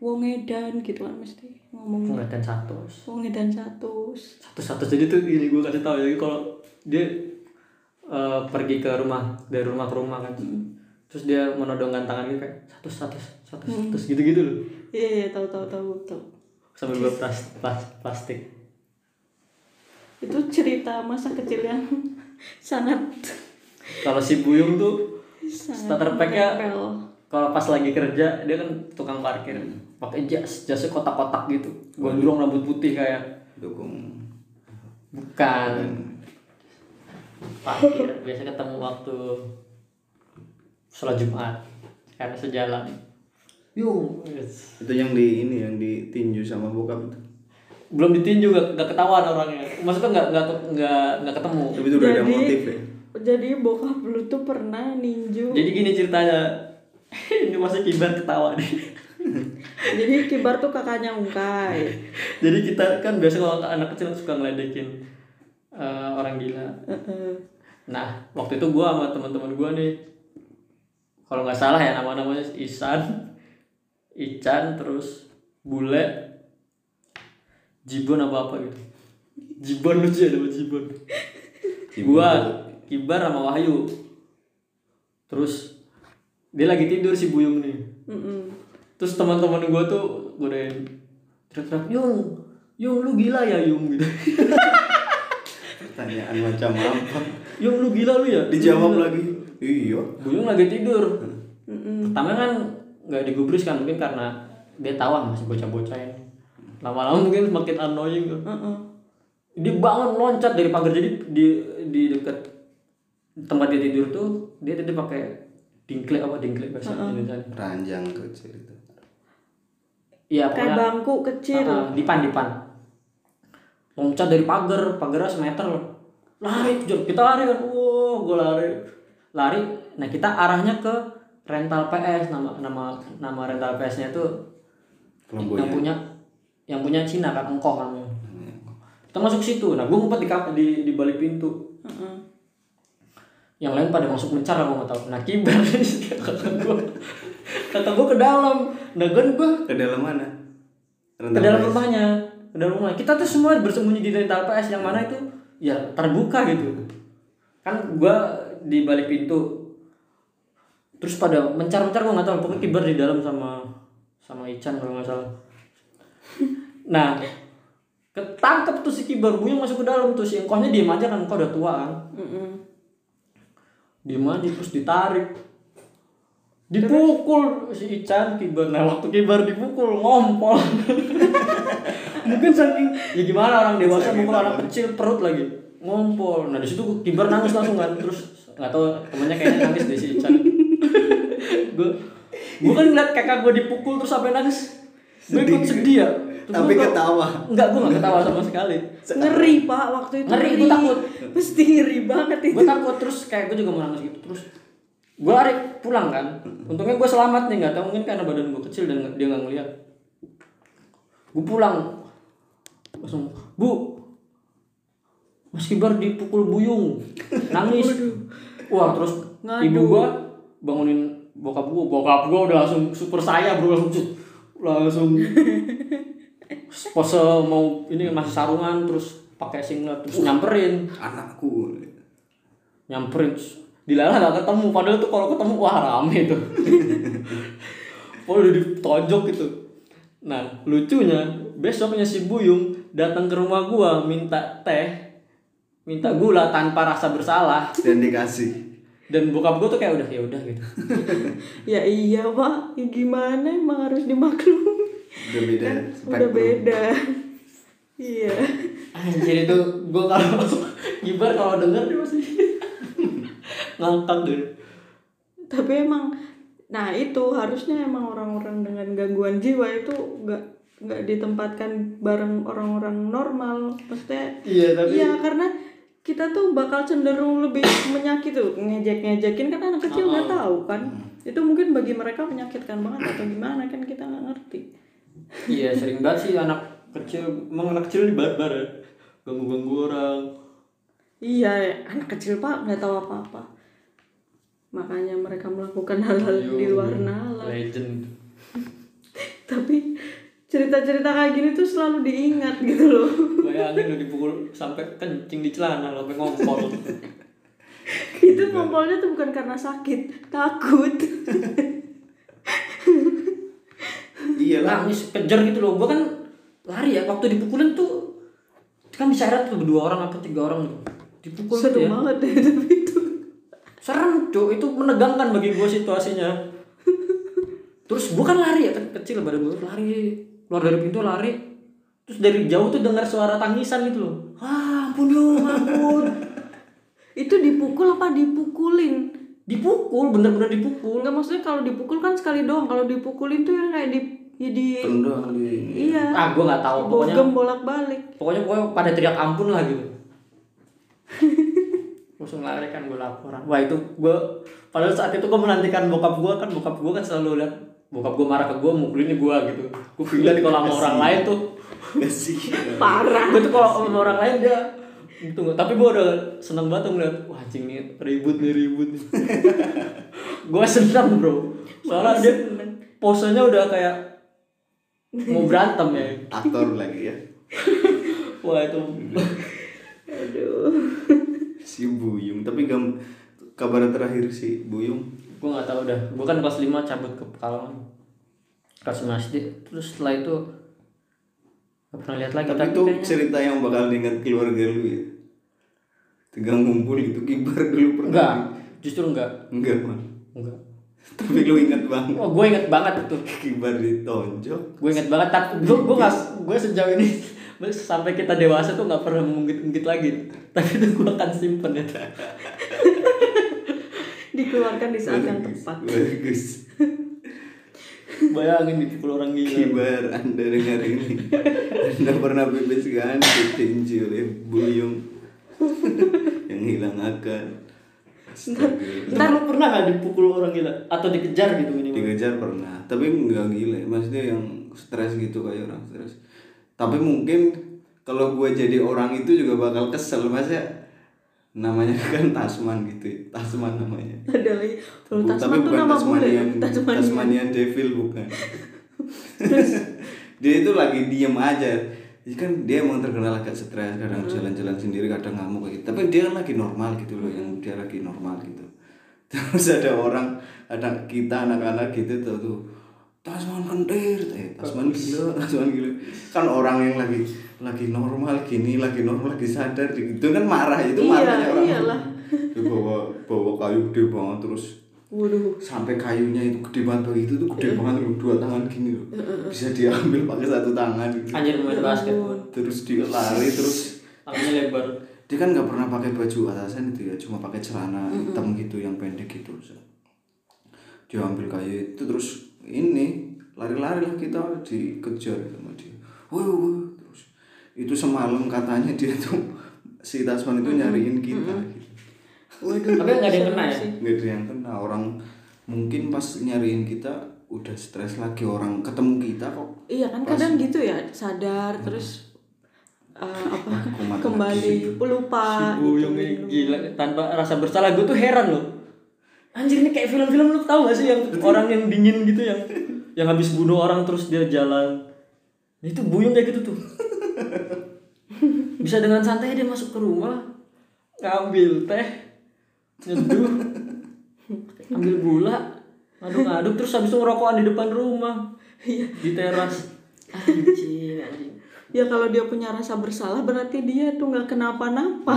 wong edan gitu kan mesti ngomong Pengetahuan satu. wong edan satu satu-satu jadi tuh ini gue kasih tahu jadi kalau dia eh, pergi ke rumah dari rumah ke rumah kan terus dia menodongkan tangan gitu kayak satu satu satu satu gitu gitu loh iya iya tahu tahu tahu tahu sambil gue plas, plas- plastik itu cerita masa kecil yang [LAUGHS] sangat kalau si Buyung tuh starter packnya nempel. kalau pas lagi kerja dia kan tukang parkir pakai jas jasnya kotak-kotak gitu gondrong rambut putih kayak Dukung. bukan parkir biasa ketemu waktu sholat Jumat karena sejalan yung yes. Itu yang di ini yang ditinju sama bokap itu. belum ditinju gak, gak ketahuan orangnya maksudnya nggak nggak nggak nggak ketemu Tapi itu udah ada Jadi- motif ya. jadi bokap lu tuh pernah ninju jadi gini ceritanya [LAUGHS] ini masih kibar ketawa nih [LAUGHS] jadi kibar tuh kakaknya ungkai [LAUGHS] jadi kita kan biasa kalau anak kecil suka ngeledekin eh, orang gila Heeh. nah waktu itu gua sama teman-teman gua nih kalau nggak salah ya nama-namanya Isan Ican terus Bule Jibon apa apa gitu Jibon lucu ya nama Jibon gua Kibar sama Wahyu terus dia lagi tidur si Buyung nih Mm-mm. terus teman-teman gua tuh godain teriak-teriak Yung Yung lu gila ya Yung gitu [LAUGHS] Pertanyaan macam apa? Yung lu gila lu ya Dijawab Hmm. lagi. Iya. Buyung lagi tidur Mm-mm. pertama kan nggak digubris kan mungkin karena dia tahu ah, masih bocah-bocah ini lama-lama mungkin makin annoying tuh Heeh. dia bangun loncat dari pagar jadi di di dekat tempat dia tidur tuh dia tadi pakai dingklek apa dingklek bahasa Indonesia Ranjang kecil itu. Iya, kayak pokoknya bangku kecil Ah, ah, dipan dipan. loncat dari pagar pagarnya semeter loh lari jor kita lari kan wow gue lari lari nah kita arahnya ke rental PS nama nama nama rental PS-nya itu Kelompoknya. yang punya yang punya Cina kan engkoh kan kita masuk situ nah gue ngumpet di, kap- di di balik pintu Heeh. yang lain pada masuk mencar aku nggak tahu nah kibar [LAUGHS] kata gue kata gue ke dalam nah kan gue ke dalam mana ke dalam Rental rumahnya ke dalam rumah kita tuh semua bersembunyi di rental PS yang mana itu ya terbuka gitu kan gua di balik pintu terus pada mencar mencar gua nggak tahu pokoknya kibar di dalam sama sama Ican kalau nggak salah nah ketangkep tuh si kibar gue masuk ke dalam tuh si engkohnya diem aja kan engkoh udah tua kan Heeh. diem aja terus ditarik dipukul si Ican kibar nah waktu kibar dipukul ngompol [LAUGHS] mungkin saking ya gimana orang dewasa mukul anak kecil perut lagi ngompol nah di situ gua- kibar nangis langsung kan terus nggak tahu temennya kayaknya nangis deh si [LAUGHS] Ican gue gue kan ngeliat kakak gue dipukul terus sampai nangis gue ikut sedih ya Terus Tapi gua- ketawa. enggak gue nggak ketawa sama sekali Ngeri pak waktu itu. Ngeri, gua takut. Pasti ngeri banget itu. gue takut terus kayak gue juga mau nangis gitu terus gue lari pulang kan untungnya gue selamat nih nggak tahu mungkin karena badan gue kecil dan dia nggak ngeliat gue pulang langsung bu Mas Kibar dipukul buyung nangis wah terus Ngadu. ibu gue bangunin bokap gue bokap gue udah langsung super saya bro langsung cut. langsung pose mau ini masih sarungan terus pakai singlet terus nyamperin anakku nyamperin terus dilarang nggak ketemu padahal tuh kalau ketemu wah rame [LAUGHS] tuh padahal udah ditonjok gitu nah lucunya besoknya si Buyung datang ke rumah gua minta teh minta gula tanpa rasa bersalah dan dikasih dan bokap gua tuh kayak udah ya udah gitu Ya iya pak. Ya, gimana emang harus dimaklumi. Kan udah beda Udah spektrum. beda. Iya. [LAUGHS] anjir itu gua [LAUGHS] kalau gibar kalau denger dia pasti [LAUGHS] ngangkat deh Tapi emang. Nah itu harusnya emang orang-orang dengan gangguan jiwa itu nggak nggak ditempatkan bareng orang-orang normal. Maksudnya iya tapi Iya karena kita tuh bakal cenderung lebih menyakiti tuh ngejek-ngejekin kan anak kecil Oh, nggak tahu kan itu mungkin bagi mereka menyakitkan banget atau gimana kan kita nggak ngerti Iya sering banget sih anak kecil, emang anak kecil di barbar ya. Ganggu-ganggu orang. iya anak kecil pak nggak tahu apa-apa makanya mereka melakukan hal-hal di Iya. luar nalar Legend. tapi cerita-cerita kayak gini tuh selalu diingat gitu loh Bayangin lu dipukul sampai kencing di celana, sampai ngompol. itu ngompolnya tuh bukan karena sakit takut Iya iyalah Nangis kejar gitu loh. Gua kan lari ya waktu dipukulin tuh kan diseret tuh dua orang apa tiga orang gitu. Dipukul tuh seru ya. banget deh tapi itu Serem, Cuk. Itu menegangkan bagi gua situasinya. Terus gua kan lari ya, kan kecil badan gua lari, keluar dari pintu lari. Terus dari jauh tuh dengar suara tangisan gitu loh. Ah, ampun lu, ampun. itu dipukul apa dipukulin dipukul bener-bener dipukul Enggak maksudnya kalau dipukul kan sekali doang. Kalau dipukulin tuh yang kayak di ya di tendang di iya. ah gue nggak tahu pokoknya Bogem bolak-balik. pokoknya gue pada teriak ampun lah gitu [LAUGHS] langsung lari kan gue laporan wah itu gue padahal saat itu gue menantikan bokap gue kan bokap gue kan selalu lihat bokap gue marah ke gue mukulinnya gue gitu gue pikir kalau sama orang lain tuh kasih Parah. gue tuh kalau sama orang lain dia gitu nggak. tapi gue udah seneng banget tuh ngeliat wah cing nih ribut nih ribut nih [LAUGHS] gue seneng bro soalnya dia posenya udah kayak mau berantem ya aktor lagi ya wah itu Aduh. si Buyung tapi gam kabar terakhir si Buyung gue nggak tahu dah gue kan kelas 5 cabut ke Pekalongan kelas masjid terus setelah itu gak pernah lihat lagi tapi itu cerita yang bakal diingat keluarga lu ya tegang ngumpul itu kibar dulu pernah enggak justru enggak enggak man enggak tapi lu ingat banget oh gue inget banget itu kibar ditonjok gue inget banget tapi gue gue nggak gue sejauh ini [LAUGHS] sampai kita dewasa tuh nggak pernah mengungkit-ungkit lagi tapi itu gue akan simpen ya Iya. Dikeluarkan di saat yang tepat. bagus Bayangin dipukul orang gila. Kibar Anda dengar ini Anda pernah bebas kan, ganti tinju oleh buyung [LAUGHS] Yang hilang akal Astaga. Ntar lu pernah gak dipukul orang gila atau dikejar gitu minimal? Dikejar pernah Tapi nggak gila Maksudnya yang stres gitu kayak orang stres Tapi mungkin Kalau gue jadi orang itu juga bakal kesel Maksudnya Namanya [LAUGHS] kan Tasman gitu ya Tasman namanya ada lagi kalau Bu- Tasman tuh nama bule ya [LAUGHS] Tasmanian. Tasmanian Devil [LAUGHS] bukan dia itu lagi diem aja Jadi kan dia emang terkenal agak stres Hmm. kadang jalan-jalan sendiri kadang ngamuk gitu tapi dia kan lagi normal gitu loh yang dia lagi normal gitu [LAUGHS] terus ada orang anak kita anak-anak gitu tuh tuh Tasman kentir, eh, Tasman gila, Tasman gila. Kan orang yang lagi lagi normal gini, lagi normal lagi sadar gitu kan marah itu Iya, marahnya orang. iyalah. Dia bawa bawa kayu gede banget terus waduh sampai kayunya itu gede banget begitu tuh gede banget loh dua tangan gini loh bisa diambil pakai satu tangan gitu. Anjir pemain basket. terus dia lari terus Tangannya lebar. dia kan nggak pernah pakai baju atasan itu ya cuma pakai celana hitam gitu yang pendek gitu dia ambil kayu itu terus ini lari-lari lah kita dikejar gitu sama dia woi woi, woi. terus itu semalam katanya dia tuh si Tasman itu nyariin kita gitu. waduh Tapi nggak ada yang kena ya? nggak ada yang kena orang mungkin pas nyariin kita udah stres lagi orang ketemu kita kok iya kan kadang gitu ya sadar terus eh, apa Kumat kembali lupa Bu yang gila tanpa rasa bersalah gue tuh heran loh. Anjir ini kayak film-film lu tau gak sih yang orang yang dingin gitu yang yang habis bunuh orang terus dia jalan. Nah, Itu buyung kayak gitu tuh. Bisa dengan santai dia masuk ke rumah ngambil teh nyeduh ambil gula ngaduk-ngaduk terus habis itu ngerokokan di depan rumah di teras anjing anjing ya kalau dia punya rasa bersalah berarti dia tuh nggak kenapa-napa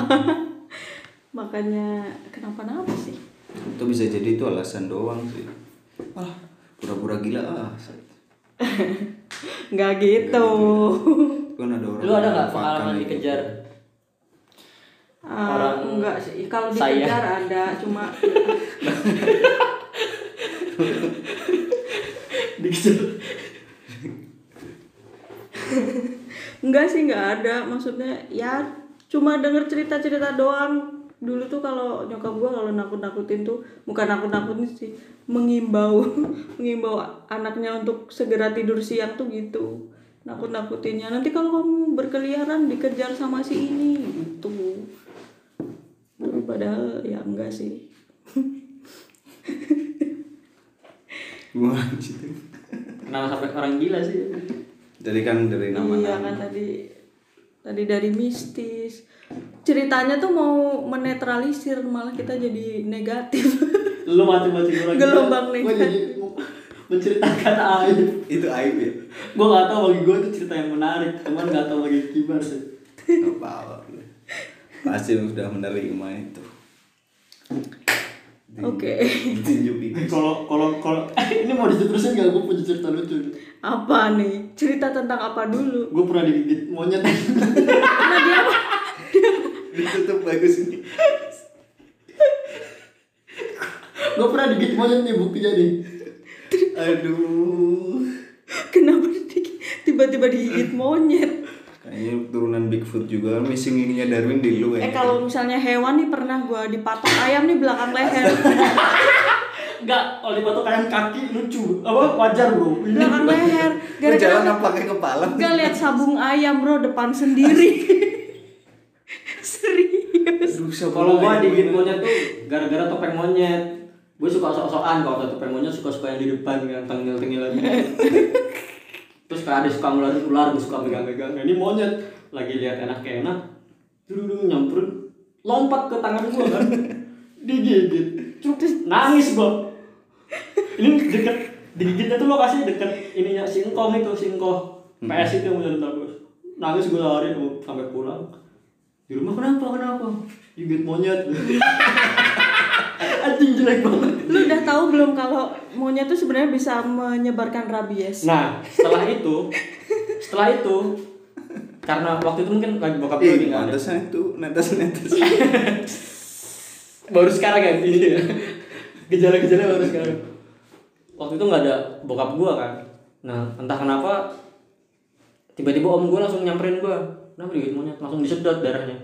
[LAUGHS] makanya kenapa-napa sih [LAUGHS] itu bisa jadi itu alasan doang sih ah pura-pura gila ah nggak gitu kan ada orang lu ada yang nggak manfaatkan pengalaman itu. dikejar Ah, Orang enggak sih kalau saya. dikejar ada cuma dikejar Enggak sih, enggak ada. Maksudnya ya cuma denger cerita-cerita doang. Dulu tuh kalau nyokap gua kalau nakut-nakutin tuh bukan nakut-nakutin sih, mengimbau [LAUGHS] mengimbau anaknya untuk segera tidur siang tuh gitu. Nakut-nakutinnya nanti kalau kamu berkeliaran dikejar sama si ini gitu. Tapi padahal ya enggak sih. Gimana sih? kenapa sampai orang gila sih Jadi kan dari nama iya kan tadi tadi dari mistis ceritanya tuh mau menetralisir malah kita jadi negatif [LAUGHS] lu mati-mati orang gila. Gelombang Gua negatif. jadi menceritakan aib itu aib ya. gue gak tau bagi gue itu cerita yang menarik cuman gak tau bagi kibar sih Nggak apa-apa. Pasti sudah menerima itu. oke Ditunjuk ini. kalau kalau kalau [LAUGHS] ini mau diterusin gak gue punya cerita lucu apa nih cerita tentang apa dulu [LAUGHS] gue pernah digigit monyet [LAUGHS] karena dia Ditutup bagus ini. gue pernah digigit monyet nih buktinya nih Aduh. kenapa di- tiba-tiba digigit monyet Kayaknya turunan Bigfoot juga missing linknya Darwin di lu eh kayaknya. kalau misalnya hewan nih pernah gua dipatok ayam nih belakang leher Enggak, kalau dipatok kayak kaki lucu apa wajar bro Iya. Ini- belakang leher Lu jalan gara-gara apa pakai kepala? gak lihat sabung ayam bro depan sendiri [LAUGHS] serius Aduh, siapa Kalau lu gua yang digigit gua- monyet tuh gara-gara topeng monyet. Gua suka sok-sokan kalau ada topeng monyet suka-suka yang di depan kan tengil-tengilan. [LAUGHS] Terus kayak ada suka ular ular gua suka megang-megang. Nah, ini monyet lagi lihat enak-enak. Dudung nyamperin lompat ke tangan gua kan. Digigit. Cuk, nangis gua. Ini deket digigitnya tuh lokasi deket ininya singkong itu singkoh. PS itu yang udah bagus. Nangis gua lari oh, sampai pulang. Di rumah kenapa kenapa? Digigit monyet. [LAUGHS] Anjing jelek banget. lu udah tahu belum kalau monyet tuh sebenarnya bisa menyebarkan rabies Nah, setelah itu, setelah itu, karena waktu itu mungkin lagi bokap gue Ih, lagi nggak ada. pantesan itu netes-netes. Baru iya. sekarang ya, ini ya. gejala-gejala baru sekarang. waktu itu nggak ada bokap gua kan nah entah kenapa tiba-tiba om gua langsung nyamperin gua kenapa digigit monyet langsung disedot darahnya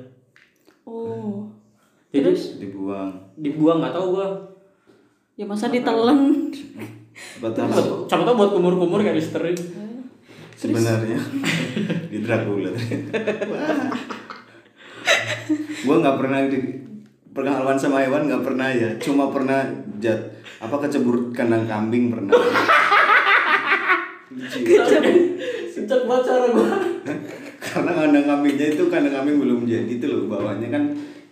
Oh. Hmm. jadi dibuang dibuang nggak tahu gua Ya masa [LAUGHS] ditelan. [LAUGHS] pertama siapa tau buat kumur-kumur kayak listerin sebenarnya di Dracula Wah. gua nggak pernah di pengalaman sama hewan nggak pernah ya cuma pernah jat apa kecebur kandang kambing pernah Lucu. sejak banget cara gua [LAUGHS] karena kandang kambingnya itu kandang kambing belum jadi tuh loh bawahnya kan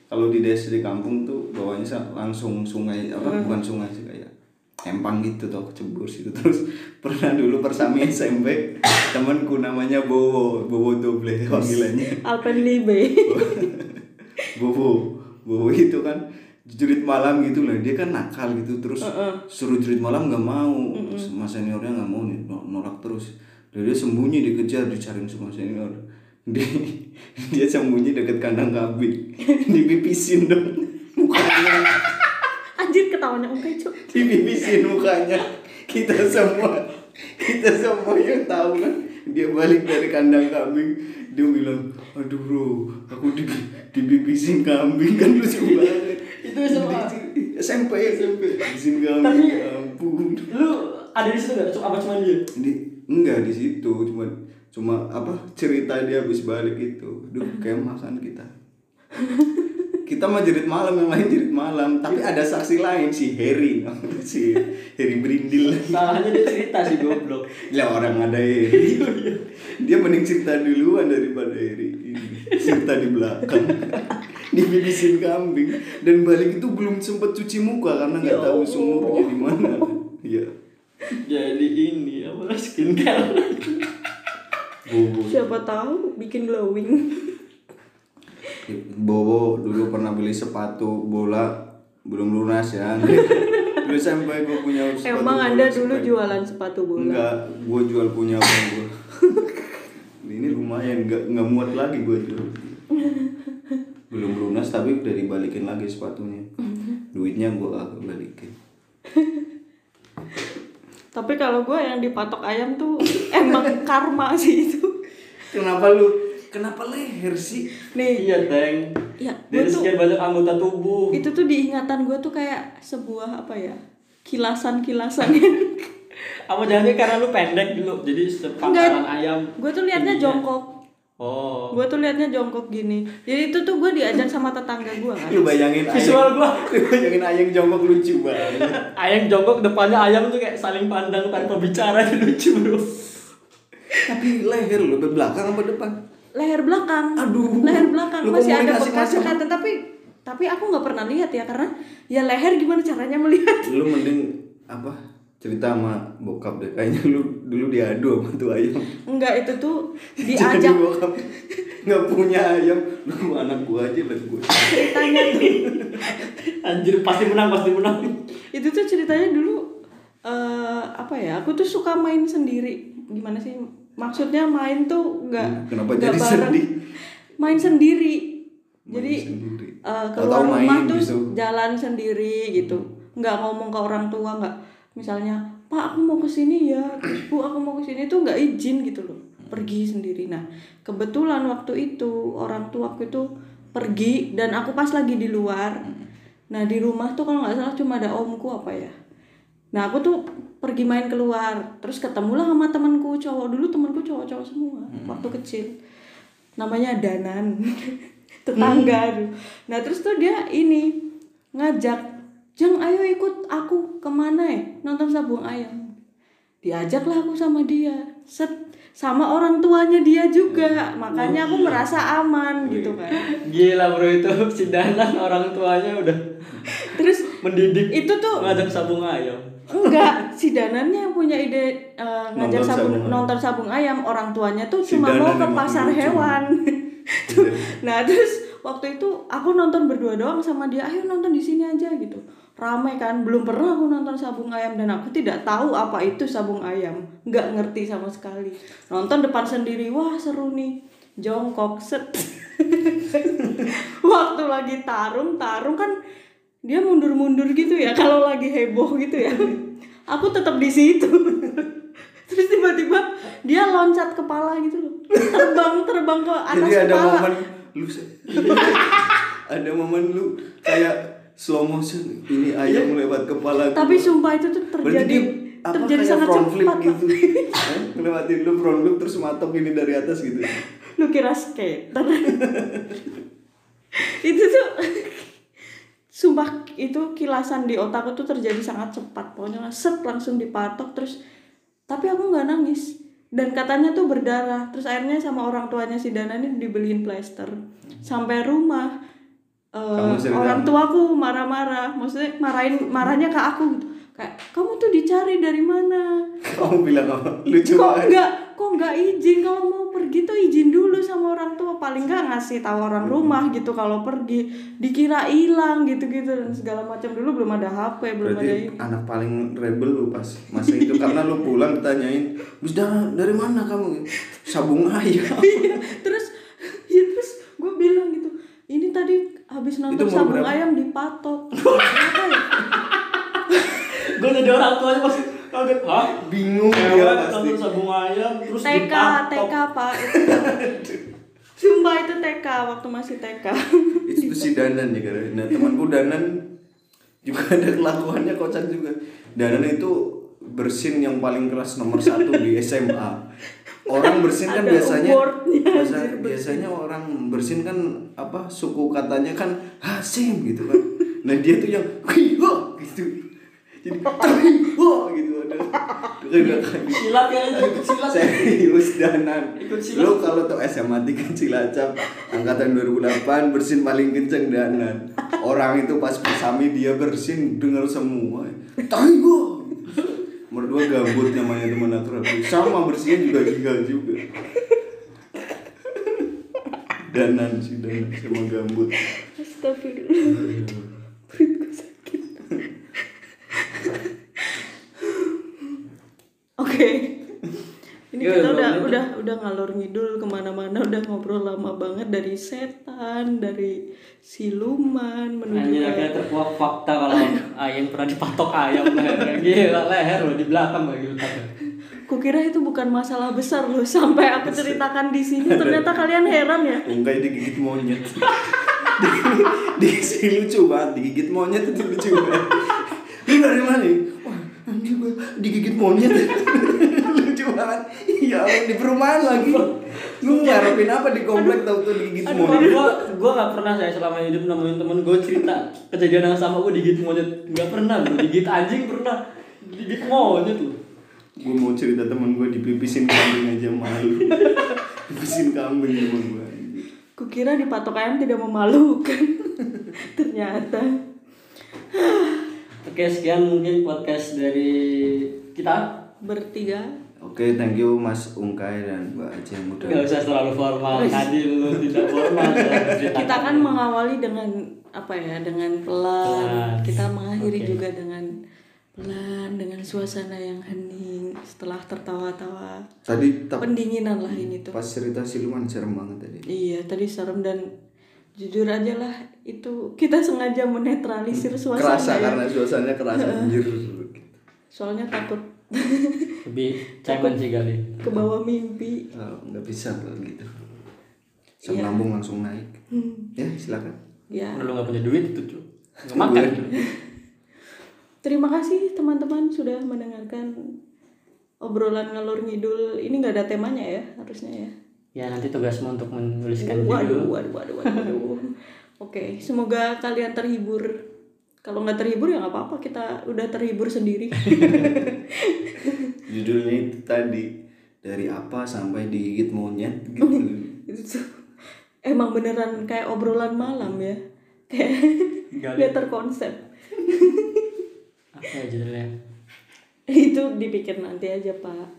kalau di desa di kampung tuh bawahnya sa- langsung sungai apa bukan sungai sih kayak empang gitu tuh kecebur situ [LAUGHS] terus pernah dulu persami [LAUGHS] SMP temanku namanya Bowo Bowo Doble panggilannya Alpenlibe. Bowo Bowo itu kan jurit malam gitu lah dia kan nakal gitu terus suruh jurit malam nggak mau sama seniornya nggak mau nih no- norak terus Dan dia sembunyi dikejar dicariin semua senior dia, [LAUGHS] dia sembunyi deket kandang kambing dipipisin dong mukanya [LAUGHS] Anjir ketawanya oke cuk. dipipisin mukanya kita semua kita semua yang tahu kan dia balik dari kandang kambing dia bilang aduh bro aku di dipipisin kambing kan lucu banget Itu SMA? Di- SMP SMP dipipisin kambing Tapi- ya ampun lu ada di situ nggak Cuk, apa cuma dia di enggak di situ cuma cuma apa cerita dia habis balik gitu. itu duh [LAUGHS] kemasan kita kita mah jerit malam yang lain jerit malam tapi ada saksi lain si Heri [LAUGHS] si Heri Brindil salahnya dia cerita sih goblok lah orang ada [LAUGHS] Heri dia mending cerita duluan daripada Heri ini cerita di belakang [LAUGHS] dibibisin kambing dan balik itu belum sempet cuci muka karena nggak Ya tahu Allah. sumurnya di mana ya [LAUGHS] jadi ini apa skincare bobo Siapa tahu bikin glowing. [LAUGHS] Bobo dulu pernah beli sepatu bola belum lunas ya. dulu sampai gue punya sepatu Emang bola Anda dulu sampai- jualan sepatu bola? Enggak, gue jual punya abang [LAUGHS] gue. Ini lumayan, nggak nggak muat lagi gue jual. Belum lunas tapi udah dibalikin lagi sepatunya. Duitnya gue kagak balikin. Tapi kalau gue yang dipatok ayam tuh [LAUGHS] emang karma sih itu. Kenapa lu? Kenapa leher sih? Nih, iya teng ya gue dari tuh sekian banyak anggota tubuh itu tuh diingatan gue tuh kayak sebuah apa ya kilasan-kilasan [LAUGHS] yang apa jangan karena lu pendek dulu jadi sepantaran Enggak. ayam Iya. gue tuh liatnya jongkok oh gue tuh liatnya jongkok gini jadi itu tuh gue diajak sama tetangga gue kan Lu bayangin Visual ayam- gua. Lu bayangin ayam jongkok lucu banget. ayam jongkok depannya ayam tuh kayak saling pandang tanpa bicara [LAUGHS] lucu bro tapi leher lu belakang apa depan? leher belakang Aduh. leher belakang Lu masih ada komunikasi bekas ngaco. kata tapi tapi aku nggak pernah lihat ya karena ya leher gimana caranya melihat lu mending apa cerita sama bokap deh kayaknya lu dulu diadu sama tuh ayam enggak itu tuh Jadi diajak bokap nggak punya ayam lu anak gua aja lah gua ceritanya tuh anjir pasti menang pasti menang itu tuh ceritanya dulu eh apa ya aku tuh suka main sendiri gimana sih maksudnya main tuh nggak Kenapa nggak jadi bareng. sedih? [LAUGHS] main sendiri jadi sendiri. eh, Atau keluar main rumah tuh gitu. Hmm. jalan sendiri gitu nggak ngomong ke orang tua nggak misalnya pak aku mau kesini ya terus bu aku mau kesini tuh nggak izin gitu loh pergi sendiri nah kebetulan waktu itu orang tuaku itu pergi dan aku pas lagi di luar Hmm. nah di rumah tuh kalau nggak salah cuma ada omku apa ya nah aku tuh pergi main keluar terus ketemulah sama temanku cowok dulu temanku cowok-cowok semua waktu kecil namanya Danan [LAUGHS] tetangga aduh. nah terus tuh dia ini ngajak Jeng ayo ikut aku kemana ya nonton sabung ayam diajaklah aku sama dia set sama orang tuanya dia juga makanya aku merasa aman gitu kan gila bro itu si Danan orang tuanya udah terus mendidik itu tuh ngajak sabung ayam Enggak, si Danannya yang punya ide eh, ngajak Nonton sabung, sabung ayam. nonton sabung ayam. Orang tuanya tuh Si cuma mau Danan ke emang pasar lucu. [LAUGHS] Iya. hewan. Tuh. nah, terus waktu itu aku nonton berdua doang sama dia. Ayo nonton di sini aja gitu. Ramai kan, belum pernah aku nonton sabung ayam dan aku tidak tahu apa itu sabung ayam. Enggak ngerti sama sekali. Nonton depan sendiri, wah seru nih. Jongkok set. [LAUGHS] waktu lagi [LAUGHS] tarung, tarung kan dia mundur-mundur gitu ya kalau lagi heboh gitu ya aku tetap di situ [LAUGHS] terus tiba-tiba dia loncat kepala gitu loh terbang terbang ke atas Jadi ada kepala momen lu [LAUGHS] ada momen lu kayak slow motion ini ayam lewat kepala gua. Iya. tapi sumpah itu tuh Berarti terjadi dia apa terjadi kayak sangat front flip cepat gitu. gitu. Hah? Ngelewatin lu front flip terus matok ini dari atas [LAUGHS] gitu. lu kira skater itu tuh sumpah itu kilasan di otakku tuh terjadi sangat cepat pokoknya set langsung dipatok terus tapi aku nggak nangis dan katanya tuh berdarah terus akhirnya sama orang tuanya si Dana ini dibeliin plester sampai rumah eh, Kamu sering orang nangis? tuaku marah-marah maksudnya marahin marahnya ke aku gitu. kayak kamu tuh dicari dari mana Kamu bilang apa? Lu kok coba nggak kok nggak izin kalau mau pergi tuh izin dulu sama orang tua paling nggak ngasih tahu Hmm. orang rumah gitu kalau pergi dikira hilang gitu gitu dan segala macam dulu belum ada HP belum ada Berarti ini [LAUGHS] anak paling rebel lu pas masa itu karena lu pulang ditanyain, "Bus Dara, dari mana kamu?" Sabung ayam. Iya, terus ya terus gue bilang gitu ini tadi habis nonton Itu umur sabung berapa? ayam [LAUGHS] dipatok Kenapa ya? gue jadi orang tuanya pasti kaget hah Bingung dia cewek pasti. ketemu sabung ayam terus TK dipatok. TK pak itu kan. [LAUGHS] Sumpah itu TK waktu masih TK itu si Danan ya karena nah, temanku Danan juga [LAUGHS] ada kelakuannya kocak juga Danan itu bersin yang paling keras nomor satu di SMA orang bersin kan Ada biasanya award-nya, biasa- anjir, bersin. biasanya orang bersin kan apa suku katanya kan Hasim gitu kan nah dia tuh yang wah gitu jadi wah gitu ada ada kali silat ya ikut silat Serius Danan Ikut silat. Lu kalau tuh SMA 3 kan Cilacap Angkatan 2008 bersin paling kenceng Danan Orang itu pas persami dia bersin denger semua Tai gua Nomor dua gabut namanya teman akrab Sama bersinnya juga gigal juga Danan sih Danan sama gambut Astagfirullah. Perutku sakit. Oke. Ini Yo, kita lima udah menit. udah udah ngalor ngidul kemana-mana udah ngobrol lama banget dari setan dari siluman menuju Anjir ke- akhirnya terkuak fakta kalau ayam pernah dipatok ayam leher Gila leher loh di belakang lagi letaknya Kukira itu bukan masalah besar loh sampai aku ceritakan di sini ternyata kalian heran ya. Enggak digigit monyet [LAUGHS] di, di si lucu banget digigit monyet itu lucu banget lu dari mana ya? wah anjir gue digigit monyet [LAUGHS] lucu banget iya ampun, di perumahan lagi lu ngarepin apa di komplek tau tuh Gitu, digigit Aduh, monyet gua gua gak pernah saya selama hidup nemuin temen gua cerita kejadian yang sama gua digigit monyet nggak pernah bro digigit anjing pernah digigit monyet loh gue mau cerita temen gue dipipisin kambing aja malu [LAUGHS] dipipisin kambing temen gue Kukira dipatok ayam tidak memalukan. [LAUGHS] ternyata [SIGHS] Oke sekian mungkin podcast dari kita bertiga Oke, thank you Mas Ungkai dan Mbak Aji yang udah Gak usah terlalu formal tadi lu tidak [LAUGHS] formal kita kan mengawali dengan apa ya dengan pelan Pelan. kita mengakhiri juga dengan pelan dengan suasana yang hening setelah tertawa-tawa Tadi tap- pendinginan lah ini tuh pas cerita siluman serem banget tadi iya tadi serem dan jujur aja lah itu kita sengaja menetralisir suasana Hmm, kerasa ya. karena suasananya kerasa anjir soalnya takut [LAUGHS] lebih cemen sih kali ke bawah mimpi Eh, nggak bisa kalau gitu asam lambung langsung naik ya silakan ya lu gak punya duit itu cuy Nggak makan Terima kasih teman-teman sudah mendengarkan obrolan ngalur ngidul. Ini nggak ada temanya ya harusnya ya. ya nanti tugasmu untuk menuliskan Waduh, judul waduh, waduh, waduh. waduh. [LAUGHS] Oke, semoga kalian terhibur. Kalau nggak terhibur ya nggak apa-apa, kita udah terhibur sendiri. [LAUGHS] judulnya itu tadi dari apa sampai digigit monyet gitu Itu tuh Emang beneran kayak obrolan malam ya, kayak nggak terkonsep. apa ya judulnya Itu dipikir nanti aja pak.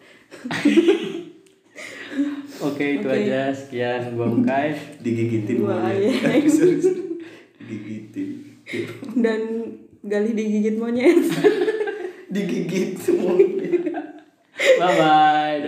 oke itu aja sekian gua Mukai digigitin Wah, monyet iya. [LAUGHS] Sorry, sorry. digigitin Dan gali [LAUGHS] digigit monyet. digigit monyet bye bye